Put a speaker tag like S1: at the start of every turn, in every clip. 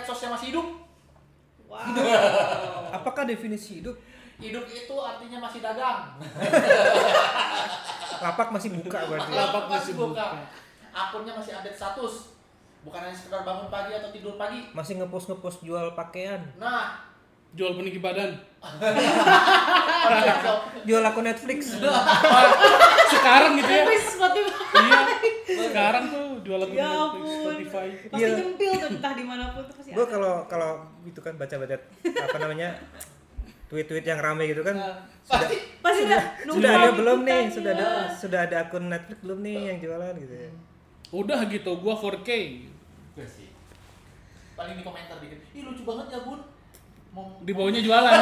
S1: hidup.
S2: Wow.
S1: Apakah definisi hidup?
S2: Hidup itu artinya masih dagang.
S1: Lapak masih buka berarti. ya?
S2: Lapak masih
S3: masih
S2: buka. Akunnya masih update status. Bukan hanya sekedar bangun pagi atau tidur pagi.
S1: Masih ngepost ngepost jual pakaian.
S2: Nah, ah,
S3: Jual peninggi badan.
S2: iya,
S1: Jual akun Netflix.
S3: Sekarang gitu ya.
S4: Tapi Spotify
S3: iya. Sekarang tuh jual lagu
S4: Ya
S3: Netflix,
S4: ampun.
S3: Spotify.
S4: pasti
S1: Iya.
S4: nyempil tuh entah dimanapun tuh pasti
S1: Gue
S4: ada.
S1: kalau kalau itu kan baca-baca apa namanya tweet-tweet yang rame gitu kan.
S3: Nah,
S2: pasti
S4: pasti ada nunggu
S1: Sudah ada
S4: orang
S1: belum
S4: ikutan,
S1: nih? Sudah ada
S4: iya.
S1: sudah ada akun Netflix belum nih yang jualan gitu
S3: Hmm.
S1: ya.
S3: Udah gitu, gua 4K.
S2: Enggak sih. Paling di komentar dikit. Ih lucu banget ya bun. Mau
S3: Di bawahnya jualan.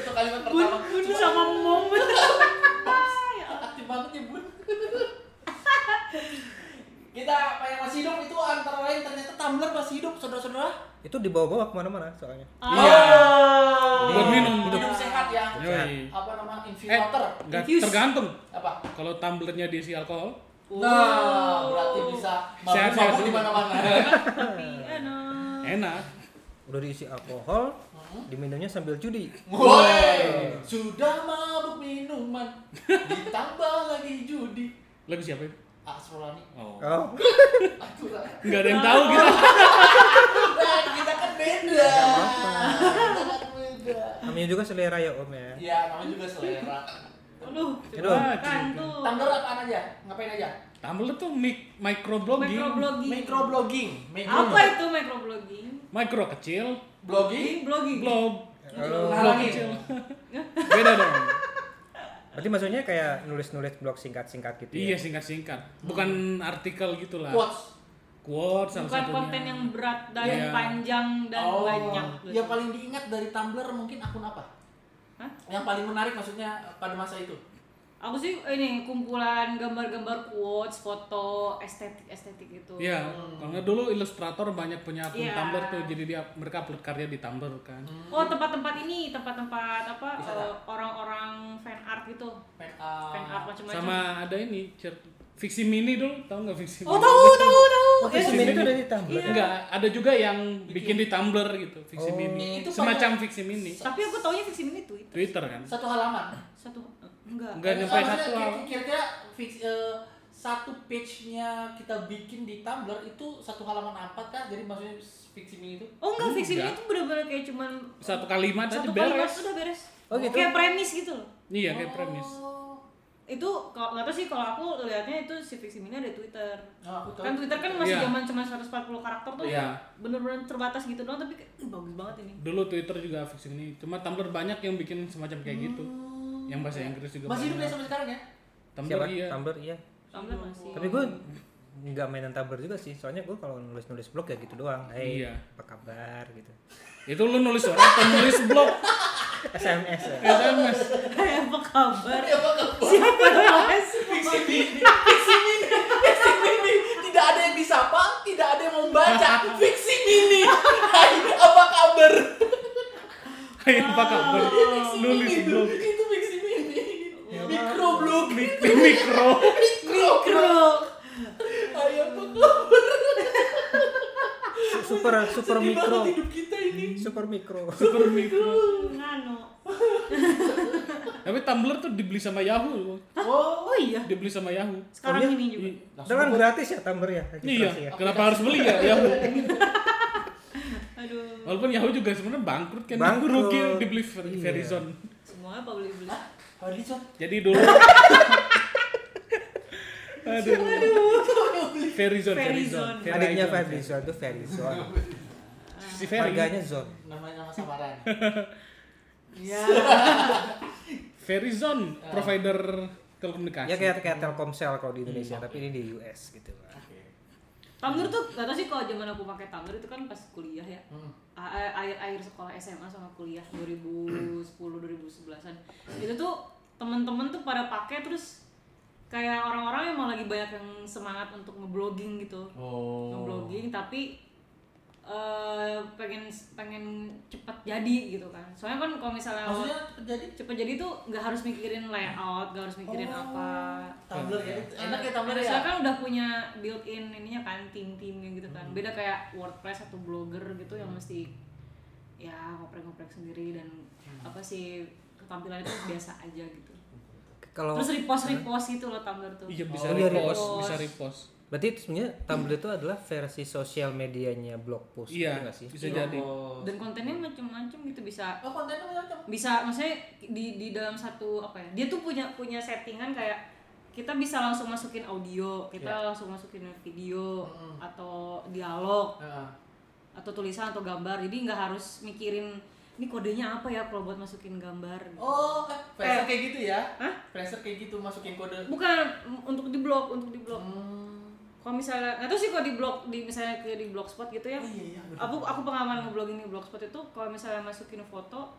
S2: satu kalimat
S4: bun
S2: pertama.
S4: bun
S2: Cuma
S4: sama mom bener Ya ampun.
S2: aktif banget ya bun. Kita apa yang masih hidup itu antara lain ternyata Tumblr masih hidup saudara-saudara.
S1: Itu dibawa-bawa kemana-mana soalnya.
S3: Iya.
S4: Ah.
S3: Buat minum. gitu.
S2: Hidup sehat ya.
S3: Yoi.
S2: Apa nama
S3: Eh,
S2: infumator?
S3: nggak
S4: Infuse.
S3: tergantung.
S2: Apa?
S3: Kalau tumblernya diisi alkohol,
S2: Nah, berarti bisa
S3: Sehat-sehat dulu.
S2: mabuk-mabuk di mana-mana.
S4: Tapi, ano.
S3: enak.
S1: Udah diisi alkohol,
S3: Hmm.
S1: diminumnya sambil judi.
S2: Woi, sudah mabuk minuman, ditambah lagi judi. Ah,
S3: Lagu siapa itu?
S2: Asrolani,
S3: Oh.
S1: Oh,
S2: aturan.
S3: Nggak ada yang tahu gitu.
S2: Nah, kita kan beda. Kita kan beda.
S1: namanya juga selera ya Om ya.
S2: Iya, namanya juga selera.
S4: Aduh,
S1: Aduh.
S4: kan tuh.
S2: Tanggal apaan aja? Ngapain aja?
S3: Tumblr tuh mic microblogging.
S4: Microblogging.
S2: Microblogging.
S4: Apa itu microblogging?
S3: Micro kecil,
S2: Blogging?
S4: Blogging.
S3: blog.
S1: Halo.
S3: Blog
S2: Halangin.
S3: kecil. Beda dong.
S1: Berarti maksudnya kayak nulis-nulis blog singkat-singkat gitu
S3: Iya
S1: ya.
S3: singkat-singkat. Bukan artikel gitu lah.
S2: Quotes.
S3: Quotes salah
S4: Bukan
S3: satunya.
S4: konten yang berat dan
S3: Iya.
S4: panjang dan
S2: Oh,
S4: banyak.
S2: Yang paling diingat dari Tumblr mungkin akun apa?
S4: Hah?
S2: Yang paling menarik maksudnya pada masa itu?
S4: Aku sih ini kumpulan gambar-gambar quotes, foto, estetik estetik gitu.
S3: Iya, karena dulu ilustrator banyak punya akun
S4: Iya.
S3: Tumblr tuh, jadi dia mereka upload karya di Tumblr kan.
S4: Oh tempat-tempat ini tempat-tempat apa
S2: Wisata.
S4: eh, orang-orang fan art gitu,
S2: Fan art.
S4: fan art macam-macam.
S3: Ah, Sama ada ini cer- fiksi mini dulu, tau nggak fiksi
S4: Oh
S3: mini?
S4: tahu Iya. tahu tahu. Iya,
S1: Oh, fiksi mini itu dari Tumblr.
S3: Enggak, ada juga yang bikin di Tumblr gitu, fiksi
S1: Oh.
S3: mini.
S2: Itu
S3: Semacam fiksi mini.
S4: Tapi aku taunya fiksi ini Twitter.
S3: Twitter kan.
S2: Satu halaman.
S4: Satu eh, enggak.
S3: Enggak nyampe
S2: Maksudnya
S3: satu
S2: kira-
S3: halaman.
S2: Kira-kira fix, eh, satu page-nya kita bikin di Tumblr itu satu halaman A4 kah? Jadi maksudnya fiksi mini itu?
S4: Oh enggak, fiksi ini
S3: Enggak.
S4: tuh bener-bener kayak cuman eh,
S3: Satu kalimat aja
S4: satu kalimat
S3: beres.
S4: sudah beres.
S1: Oh, gitu?
S4: Kayak premis gitu loh.
S3: Iya, kayak premis.
S2: Oh.
S4: Itu kalau nggak tahu sih kalau aku lihatnya itu si fiksi ini ada di Twitter.
S2: Nah, aku tahu.
S4: Kan Twitter kan masih
S3: Iya.
S4: zaman cuma 140 karakter tuh.
S3: Iya.
S4: Bener-bener terbatas gitu doang tapi kayak, "Ih, bagus banget ini.
S3: Dulu Twitter juga fiksi mini, cuma Tumblr banyak yang bikin semacam kayak gitu.
S4: Hmm.
S3: Yang bahasa Inggris juga
S2: Masih hidup ya
S3: banyak.
S2: sampai sekarang ya?
S3: Tumblr
S1: Siapa?
S3: iya.
S1: Tumblr iya.
S4: Tumblr masih.
S1: Tapi gue nggak mainan Tumblr juga sih. Soalnya gue kalau nulis-nulis blog ya gitu doang. Hey,
S3: Iya.
S1: apa kabar gitu.
S3: Itu lu nulis orang atau nulis blog? Iya kan,
S1: SMS ya.
S3: SMS.
S4: Kayak apa kabar?
S2: Ya, Bang.
S4: Siapa namanya?
S2: Fiksi mini, fiksi mini, fiksi mini. Tidak ada yang disapa, tidak ada yang membaca. Fiksi mini. Hai, apa kabar?
S3: Hai, apa kabar? Oh, Nulis
S2: Itu,
S3: blog.
S2: itu fiksi mini. Microblogging.
S3: Di mikro.
S2: Mikro. Hai, apa kabar?
S1: Super super
S2: Sedih
S1: mikro.
S2: banget hidup kita ini.
S1: Super mikro.
S3: Super mikro.
S4: Nano.
S3: Tapi Tumblr tuh dibeli sama Yahoo.
S2: Oh,
S4: Oh iya.
S3: Dibeli sama Yahoo.
S1: Oh,
S4: Sekarang
S1: iya?
S4: ini juga.
S1: Itu kan gratis ya Tumblr ya. registrasi
S3: Iya,
S1: ya?
S3: kenapa harus beli ya Yahoo?
S4: Aduh.
S3: Walaupun Yahoo juga sebenarnya bangkrut kan.
S1: Bangkrut.
S3: Rugi dibeli Ver-
S1: Iya.
S3: Verizon.
S4: Semuanya apa beli-beli.
S2: Fadlison.
S3: Jadi dulu Aduh. Verizon, Verizon.
S4: Verizon.
S3: iya,
S1: Adiknya Verizon itu Verizon.
S3: Si Verizon.
S1: Harganya Zon.
S2: Namanya nama samaran.
S4: Iya.
S3: Verizon
S1: Ah.
S3: provider telekomunikasi.
S1: Ya kayak kayak Telkomsel kalau di Indonesia, tapi ini di US gitu.
S4: Tumblr tuh gak tau sih kalau zaman aku pakai Tumblr itu kan pas kuliah ya.
S2: Hmm.
S4: A- a- Akhir-akhir sekolah SMA sama kuliah 2010 2011-an. Itu tuh temen-temen tuh pada pakai terus kayak orang-orang emang lagi banyak yang semangat untuk ngeblogging gitu.
S2: Oh.
S4: Ngeblogging tapi eh, pengen pengen cepat jadi gitu kan soalnya kan kalau misalnya lo
S2: Maksudnya terjadi
S4: cepat jadi tuh nggak harus mikirin layout nggak harus mikirin
S2: Oh.
S4: apa
S2: Tumblr ya,
S1: Iya.
S2: enak ya Tumblr
S4: Nah,
S2: ya.
S4: soalnya kan udah punya built-in ininya kan tim-timnya gitu kan beda kayak WordPress atau blogger gitu yang mesti ya ngoprek-ngoprek sendiri dan apa sih ketampilannya tuh biasa aja gitu
S1: Kalau
S4: terus repost repost gitu loh Tumblr tuh
S3: Iya bisa
S1: Oh, iya,
S3: repost,
S4: repost.
S3: bisa repost.
S1: berarti itu sebenarnya Tumblr itu adalah versi sosial medianya blog post ya
S3: Iya,
S1: nggak sih? Oh.
S3: bisa jadi.
S4: dan kontennya macam-macam gitu bisa
S2: Oh kontennya macam-macam.
S4: bisa maksudnya di di dalam satu apa ya dia tuh punya punya settingan kayak kita bisa langsung masukin audio kita langsung masukin video
S2: Mm-mm.
S4: atau dialog
S2: Heeh.
S4: atau tulisan atau gambar jadi nggak harus mikirin ini kodenya apa ya kalau buat masukin gambar
S2: Oh, eh, Fraser
S4: Eh.
S2: kayak gitu ya?
S4: Hah?
S2: Fraser kayak gitu masukin kode.
S4: bukan m- untuk di blog untuk di blog
S2: Hmm.
S4: kalau misalnya nggak tahu sih kalau di blog di misalnya kayak di blogspot gitu ya
S2: Oh, iya, iya, bener.
S4: aku aku pengalaman ngeblog ini blogspot itu kalau misalnya masukin foto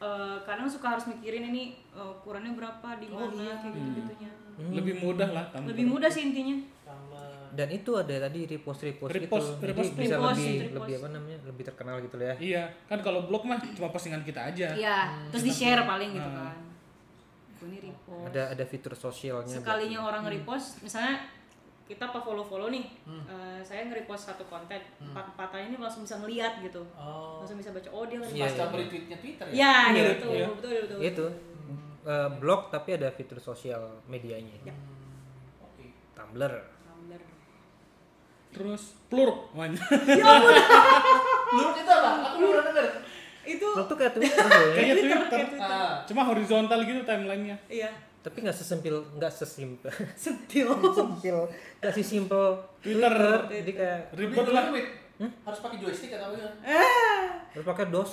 S4: eh, kadang suka harus mikirin ini eh, ukurannya berapa di
S2: Oh,
S4: mana
S2: iya.
S4: kayak gitu gitunya
S3: Lebih mudah lah
S2: Hmm.
S3: Tumblr.
S4: lebih mudah sih intinya
S2: Tumblr.
S1: Dan itu ada tadi repost repost,
S3: Repost,
S1: gitu.
S3: repost,
S1: Jadi bisa
S4: repost,
S1: lebih
S4: repost.
S1: lebih apa namanya? Lebih terkenal gitu lah ya.
S3: Iya, kan kalau blog mah cuma postingan kita
S2: Ya.
S3: aja.
S4: iya terus di share paling gitu
S2: Hmm.
S4: kan Aku ini repost
S1: Ada ada fitur sosialnya.
S4: sekalinya orang nge-repost misalnya kita apa follow follow nih
S2: Hmm.
S4: eh, saya nge-repost satu konten empat empatan ini langsung bisa ngeliat gitu
S2: Oh.
S4: langsung bisa baca oh dia nge-repost
S1: Iya,
S2: Pasca
S1: iya.
S2: retweetnya Twitter ya?
S4: ya
S3: Iya,
S4: gitu
S3: iya.
S4: betul betul betul
S1: itu eh, blog tapi ada fitur sosial medianya.
S4: Ya.
S2: Oke.
S1: Tumblr.
S4: Tumblr.
S3: Terus plurk banyak.
S2: Lu itu apa? Aku belum pernah denger.
S4: itu
S1: Blog tuh kayak Twitter loh ya.
S3: Kayaknya Twitter.
S2: Ah.
S3: Cuma horizontal gitu timelinenya.
S4: iya
S1: Tapi nggak sesempil, nggak sesimpel,
S4: sentil
S1: sesimpel, nggak sesimpel
S3: Twitter.
S1: Jadi kayak
S3: Ribet
S2: Lu
S3: lah. Hmm? Eh?
S2: tweet. Harus pakai joystick atau apa? ya?
S1: harus pakai dos.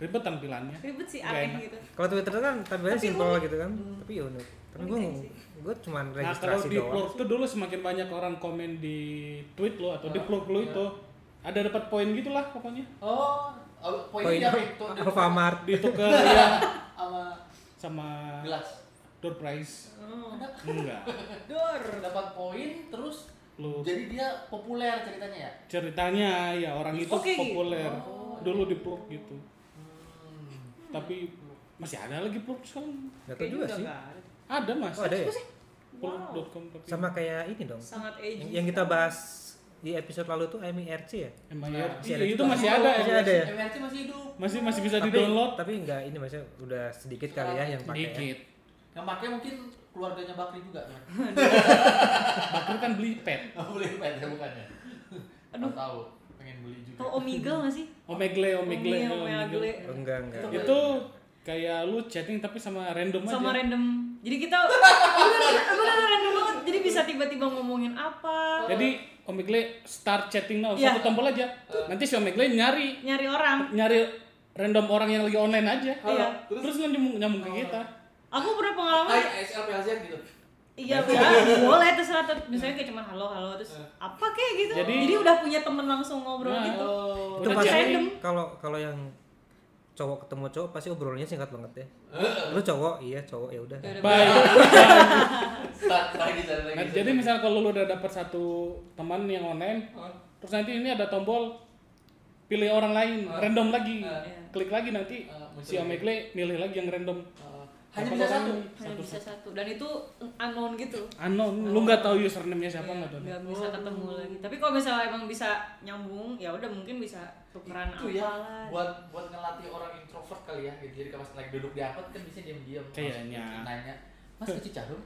S3: Ribet tampilannya. Nah,
S4: ribet sih
S3: Nggak enak.
S4: aneh gitu
S1: Kalau Twitter kan tampilnya
S4: Tapi
S1: simpel
S4: unik. Hmm.
S1: gitu kan. Tapi ya unik. Tapi gue
S4: Unik sih.
S1: gue cuman
S3: Nah kalau
S1: registrasi
S3: di
S1: doang.
S3: plurk tuh dulu semakin banyak orang komen di tweet lo atau
S4: Iya.
S3: di plurk lo itu ada dapat poin gitulah pokoknya
S2: Oh, oh, poinnya
S1: Poin
S2: dia apa itu? Dia
S1: Alfamart.
S3: ditukar ya
S2: sama
S3: sama
S2: gelas.
S3: door prize
S4: oh.
S3: enggak
S4: dor
S2: Dapat poin terus
S3: lu
S2: jadi dia populer ceritanya ya?
S3: ceritanya ya orang itu
S4: Oke, gitu.
S3: populer dulu di plurk gitu
S1: Hmm.
S3: tapi masih ada lagi plurk sekarang
S1: Gak tau
S4: gitu,
S1: juga sih.
S3: ada mas
S1: Oh ada ya.
S3: plurk.com tapi
S1: Sama kayak ini dong.
S4: sangat
S1: Yang,
S4: edgy
S1: yang kita bahas di episode lalu tuh MIRC ya.
S3: MIRC
S1: Masih ada
S3: Iya, itu
S1: juga.
S3: masih ada
S1: Masih
S3: ya
S1: ada ya.
S2: MRC masih hidup.
S3: masih masih bisa di
S1: Tapi
S3: download
S1: tapi enggak ini maksudnya udah sedikit kali ya yang pakai. ya.
S3: sedikit
S2: Yang pakai mungkin keluarganya Bakri juga ya.
S3: Bakri kan beli pet
S2: Enggak boleh pet ya bukan ya. Aduh. Tahu pengen beli juga.
S4: tau Omegle nggak sih
S3: omegle Iya, omegle
S4: Omegle,
S3: omegle
S4: Omegle.
S1: Oh, Enggak enggak.
S3: itu kayak lu chatting tapi sama random aja
S4: sama random jadi kita bener bener random banget jadi bisa tiba-tiba ngomongin apa
S3: jadi omegle start chatting now
S4: Iya.
S3: satu tombol aja nanti si omegle nyari
S4: nyari orang
S3: nyari random orang yang lagi online aja
S4: Iya. Oh.
S3: terus, nyambung nyambung ke kita
S4: aku pernah pengalaman
S2: Kayak ASL PLZ gitu.
S4: Iya, boleh, boleh terserah. Ter- Misalnya kayak cuman halo halo terus apa kayak gitu. Jadi,
S3: Jadi-
S4: udah punya temen langsung ngobrol
S3: Nah,
S4: gitu.
S1: Itu
S3: udah
S1: pasti
S4: random.
S1: kalau kalau yang cowok ketemu cowok pasti obrolannya singkat banget ya. Lu cowok, iya cowok ya udah.
S4: Ya udah,
S3: bye
S2: Start lagi start lagi.
S1: Iya.
S3: Nah, jadi misal kalau lu udah dapat satu teman yang online, terus nanti ini ada tombol pilih orang lain, random lagi. Klik lagi nanti
S2: Ah,
S3: si Omegle milih lagi yang random.
S2: Eh, hanya bisa satu.
S4: Hanya bisa satu dan itu unknown gitu.
S3: Anon, lu nggak tahu username-nya
S2: Iya,
S4: Iya,
S3: siapa nggak tahu.
S4: Gak bisa ketemu lagi. Tapi kalau misalnya emang bisa nyambung, ya udah mungkin bisa tukeran
S2: Itu
S4: apa
S2: ya
S4: lah.
S2: buat buat ngelatih orang introvert kali ya. Jadi kalau pas lagi duduk di angkot kan bisa diam-diam. Mas,
S3: Kayaknya.
S2: Nanya, Mas kecil jarum?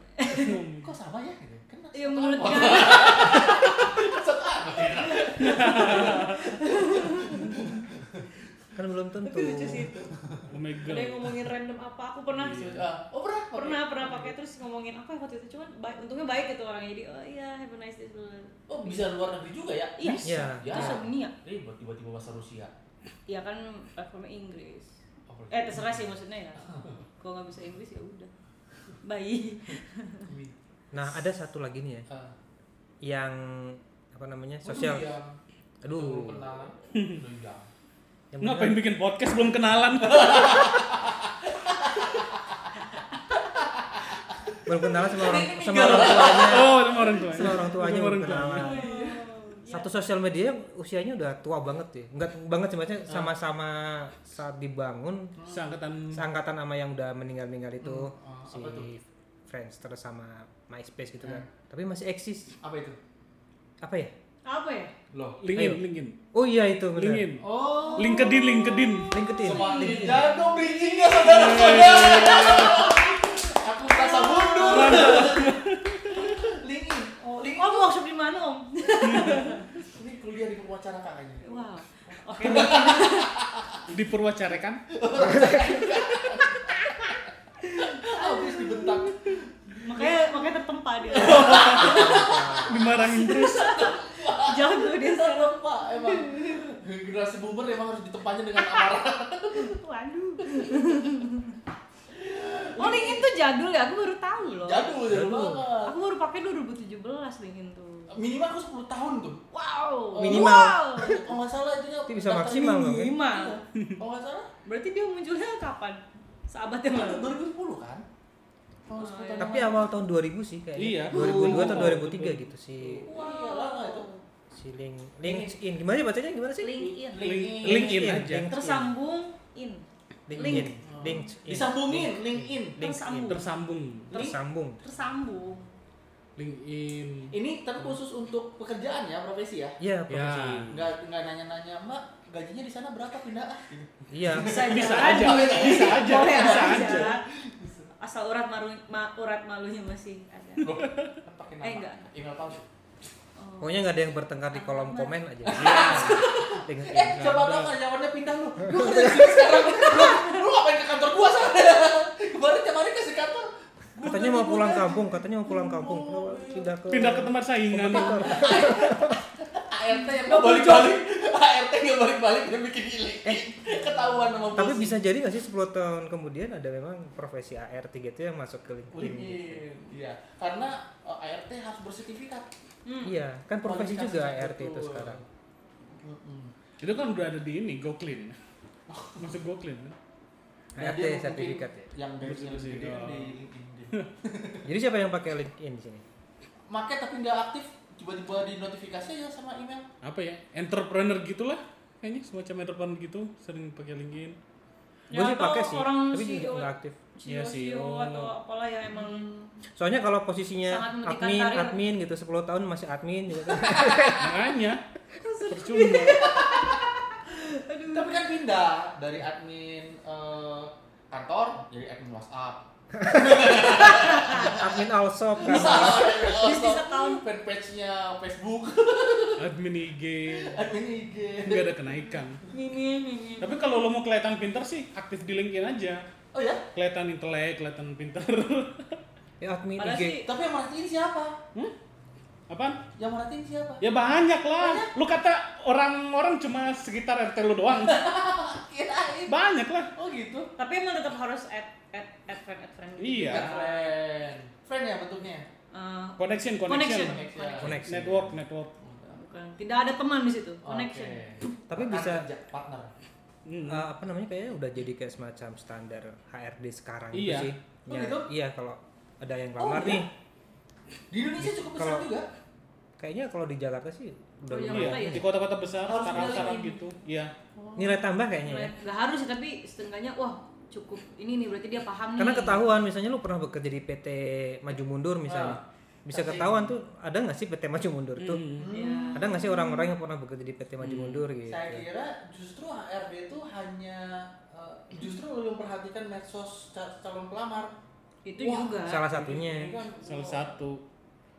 S2: Kok sama ya gitu? Kan
S4: Ya
S2: satu
S4: menurut
S2: angkot.
S4: kalian
S2: Satu angkot.
S1: Kan belum tentu.
S4: tapi lucu sih
S2: Gitu.
S4: itu. Ada yang
S3: Omegle.
S4: ngomongin random apa? Aku pernah
S2: Ah, Oh pernah?
S4: pernah pernah pakai terus ngomongin apa ya waktu itu cuman baik untungnya baik gitu orangnya jadi oh iya have a nice day blah, blah, blah.
S2: Oh bisa luar negeri juga ya?
S4: iya
S1: Iya.
S2: Ya.
S4: terus dunia
S2: Ribet tiba-tiba bahasa Rusia.
S4: ya kan platformnya Inggris
S2: Apa
S4: eh terserah sih maksudnya ya
S2: Ah.
S4: kalau nggak bisa Inggris ya udah bye
S2: Rusia?
S1: Nah, ada satu lagi nih ya
S2: Ah.
S1: yang apa namanya?
S4: Oh,
S1: sosial.
S2: Iya.
S1: Aduh.
S2: Kenalan. Iya.
S1: Yang
S3: Ngapain bikin podcast belum kenalan?
S1: belum kenalan sama orang sama
S2: Ini
S1: orang tuanya.
S3: oh, sama orang tua.
S1: Sama orang tuanya
S3: Oh, Sama
S1: belum
S3: orang tuanya.
S1: kenalan.
S4: Oh,
S1: satu sosial media yang usianya udah tua banget ya nggak banget sih
S3: Ah.
S1: maksudnya sama-sama saat dibangun
S3: seangkatan
S1: seangkatan sama yang udah meninggal meninggal itu
S2: oh,
S1: si
S2: apa tuh? Hmm.
S1: Friends terus sama MySpace gitu kan tapi masih eksis
S2: Apa itu?
S1: apa ya
S4: apa ya
S2: Loh.
S3: LinkedIn,
S1: Ayo.
S3: LinkedIn,
S1: oh iya itu bener.
S3: LinkedIn,
S2: Oh.
S3: LinkedIn, LinkedIn.
S1: LinkedIn
S2: Jangan dong bridgingnya saudara-saudara. Aku merasa mundur. Linkin. Oh, Linkin.
S4: om workshop di mana om
S2: Ini kuliah di pewacara kayaknya.
S4: wow oke
S3: Diperwacarakan.
S2: Habis Oh, dibentak.
S4: makanya makanya tertempa dia
S3: dimarahin terus
S4: jago dia
S2: Karena Pak emang generasi boomer emang harus ditempatnya dengan amarah.
S4: waduh oh LinkedIn tuh jadul ya aku baru tahu loh
S2: Jadul, jadul
S1: Jadul.
S2: banget.
S4: aku baru pakai 2017 LinkedIn tuh
S2: Minimal aku 10 tahun tuh.
S4: wow
S1: Minimal.
S4: wow.
S2: Kalau nggak salah itu ya,
S1: Itu bisa maksimal loh, kan?
S4: Minimal.
S2: Iya. Kalau nggak salah
S4: berarti dia munculnya kapan sahabat yang
S2: itu
S4: lalu
S2: 2010 kan? Kalau nggak sepuluh tahun
S1: tapi
S2: yang
S1: awal Oh, tahun 2000 sih
S3: Iya.
S1: kayaknya 2002 atau 2003 gitu si
S2: lalu. Wah, iya lah nggak itu.
S1: si link LinkedIn gimana sih bacanya gimana sih
S4: LinkedIn
S3: Link-
S2: Linkin.
S3: LinkedIn aja
S1: Link-
S4: tersambung in
S1: LinkedIn
S4: Link.
S1: LinkedIn
S2: Disambungin, LinkedIn.
S1: LinkedIn
S4: Tersambung.
S3: tersambung
S1: tersambung
S4: tersambung
S3: LinkedIn
S2: Ini tapi khusus untuk pekerjaan ya, profesi ya.
S1: iya profesi
S3: Ya.
S2: Nggak nggak nanya-nanya, Mbak, gajinya di sana berapa pindah? ah?" Gitu.
S1: iya
S4: bisa
S3: bisa
S4: jalan.
S3: aja bisa aja
S4: boleh
S3: bisa
S4: aja.
S3: aja
S4: asal urat malu ma- urat malunya masih ada
S2: Loh, kan pakai nama.
S4: Eh, nggak.
S2: Email palsu.
S4: oh.
S1: pokoknya nggak ada yang bertengkar di kolom komen aja Iya. LinkedIn
S2: Eh, coba dong karyawannya pindah lu. Lu kerja di sini sekarang. Lu, lu ngapain ke kantor gua sana? Kemarin kemarin kasih kantor. Gua
S1: katanya
S2: kerja
S1: mau
S2: di
S1: pulang
S2: Bulgaria.
S1: kampung katanya mau pulang kampung Kenapa pindah ke
S3: pindah ke tempat saingan
S2: ART yang nggak balik-balik. ART nggak balik-balik dia bikin ilik. Ketahuan sama bos.
S1: Eh. tapi bisa jadi nggak sih 10 tahun kemudian ada memang profesi ART gitu yang masuk ke LinkedIn
S2: Wih, Iya, karena eh, ART harus bersertifikat.
S4: Hmm.
S1: iya kan profesi
S2: Kualifikasi
S1: juga
S2: satu.
S1: ART itu sekarang
S2: Mm-mm.
S3: itu kan udah ada di ini go clean masuk go clean kan?
S2: Nah,
S1: ART
S2: dia mungkin
S1: sertifikat ya
S2: Yang gajinya lebih gede kan di LinkedIn.
S1: jadi siapa yang pakai LinkedIn di sini
S2: Make tapi nggak aktif, tiba-tiba di notifikasi aja sama email.
S3: apa ya entrepreneur gitulah kayaknya semacam entrepreneur gitu sering pakai LinkedIn
S1: gue
S4: Ya,
S1: sih
S4: atau
S1: pakai sih
S4: orang
S1: tapi
S4: CEO.
S1: nggak aktif oh.
S4: CEO,
S3: Iya, CEO.
S4: atau apalah yang emang
S1: soalnya kalau posisinya
S4: Sangat mematikan
S1: admin
S4: karir.
S1: admin gitu 10 tahun masih admin gitu kan
S3: makanya percuma
S2: Tapi kan pindah dari admin eh, kantor jadi admin WhatsApp.
S1: admin all shop kan
S4: Bisnis
S2: Bisnis
S4: account.
S2: fanpage-nya Facebook,
S3: admin IG
S2: admin IG.
S3: nggak ada kenaikan
S4: ini ini
S3: tapi kalau lo mau kelihatan pinter sih aktif di LinkedIn aja
S2: Oh ya?
S3: kelihatan intelek kelihatan pinter
S1: ya admin
S4: Padahal
S1: IG
S4: sih
S2: Tapi yang merhatiin siapa?
S3: hmm? apaan
S2: Yang merhatiin siapa?
S3: Ya banyak lah. Lu kata orang-orang cuma sekitar RT lu doang.
S2: Kirain.
S3: Banyak lah.
S2: Oh gitu.
S4: tapi emang tetap harus add add add friend add friend gitu.
S2: Bukan
S3: Iya.
S2: Friend. Friend ya bentuknya.
S4: Eh,
S3: Connection,
S4: Connection.
S3: connection.
S1: Connection.
S3: Network, network.
S4: bukan tidak ada teman di situ connection
S2: Oke.
S1: Tapi
S2: Partner
S1: bisa-
S2: kerja, partner.
S3: Hmm.
S1: Eh, apa namanya kayaknya udah jadi kayak semacam standar HRD sekarang
S3: Iya.
S1: gitu sih.
S2: Oh,
S1: Ya,
S2: gitu?
S1: Iya kalau ada yang
S2: Oh,
S1: lamar
S2: iya?
S1: nih,
S2: Di Indonesia cukup besar
S1: Kalau-
S2: juga.
S1: kayaknya kalau di Jakarta sih udah ya,
S4: Oh, iya.
S1: lumayan.
S3: Iya, di kota-kota besar,
S2: Harus
S3: sarang-sarang
S2: milih.
S3: gitu. Iya.
S4: Oh.
S1: Nilai tambah kayaknya ya.
S4: Mulai- nggak harus sih tapi setengahnya wah cukup ini nih berarti dia paham
S1: Karena
S4: nih
S1: ketahuan misalnya lu pernah bekerja di PT Maju Mundur misalnya.
S2: Ah.
S1: Bisa ketahuan tuh ada nggak sih PT Maju Mundur tuh?
S3: Hmm.
S4: Iya.
S1: Ada nggak sih orang-orang yang pernah bekerja di PT Maju Mundur
S3: Iya,
S1: gitu?
S2: Saya kira justru HRD itu hanya eh, justru lebih memperhatikan medsos ca- calon pelamar.
S4: itu
S2: Wah,
S4: juga
S1: Salah satunya.
S2: Ini kan-
S3: Iya, Salah satu.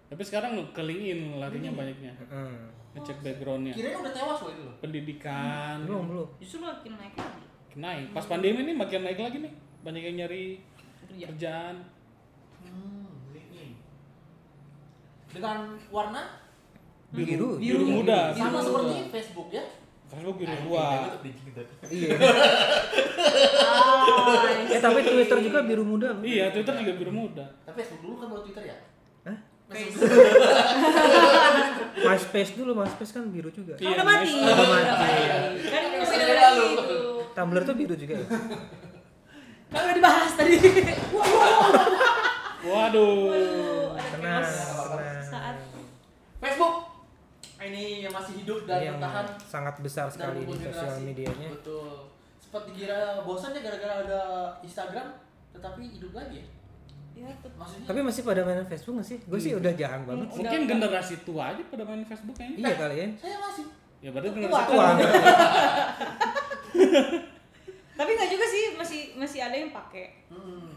S3: Tapi sekarang ke LinkedIn larinya banyaknya.
S1: Heeh.
S3: Ngecek backgroundnya.
S2: Kirain udah tewas loh itu loh.
S3: Pendidikan.
S1: Iya, Belum belum.
S4: justru makin naik lagi
S3: Naik. Pas pandemi ini makin naik lagi nih. Banyak yang nyari
S4: kerja
S3: kerjaan.
S2: Hmm, ini. Dengan warna
S1: Biru.
S3: biru muda. Biru.
S2: sama seperti Facebook ya.
S3: Facebook biru
S2: Ah,
S3: tua.
S2: ini tetap bridging tuh.
S1: Iya.
S4: Ah, I
S1: Eh tapi
S4: see.
S1: Twitter juga biru muda. loh.
S3: Iya, Twitter juga biru muda.
S2: Tapi Facebook dulu kan baru Twitter ya?
S1: Hah?
S2: Facebook.
S1: MySpace dulu, MySpace kan biru juga.
S4: Oh, udah mati.
S3: Iya,
S1: udah
S4: mati. Kan
S2: Tapi
S4: masih
S2: masih
S4: ada
S2: lalu.
S4: lagi itu.
S1: Tumblr tuh biru juga ya.
S2: Nah,
S4: Kan udah dibahas tadi.
S3: Waduh.
S4: Waduh, ada
S1: Tenang,
S4: chaos
S1: tenang.
S4: saat
S2: Facebook. Ah,
S4: I
S2: ini yang masih hidup dan
S1: Ini yang
S2: bertahan
S1: sangat besar
S2: dan
S1: sekali di
S2: bergenerasi.
S1: sosial medianya.
S2: Betul. Sempat dikira bosan ya gara-gara ada Instagram, tetapi hidup lagi ya.
S4: ya tetap
S2: Maksudnya
S1: Tapi masih pada main Facebook nggak sih? Gue sih udah jarang banget. sih.
S3: Mungkin generasi tua aja pada main Facebook kayaknya.
S1: Iya kali ya.
S2: saya masih
S3: Ya berarti
S2: Tua.
S3: generasi tua.
S1: Tua. kan?
S4: tapi nggak juga sih masih masih ada yang pakai
S2: hmm,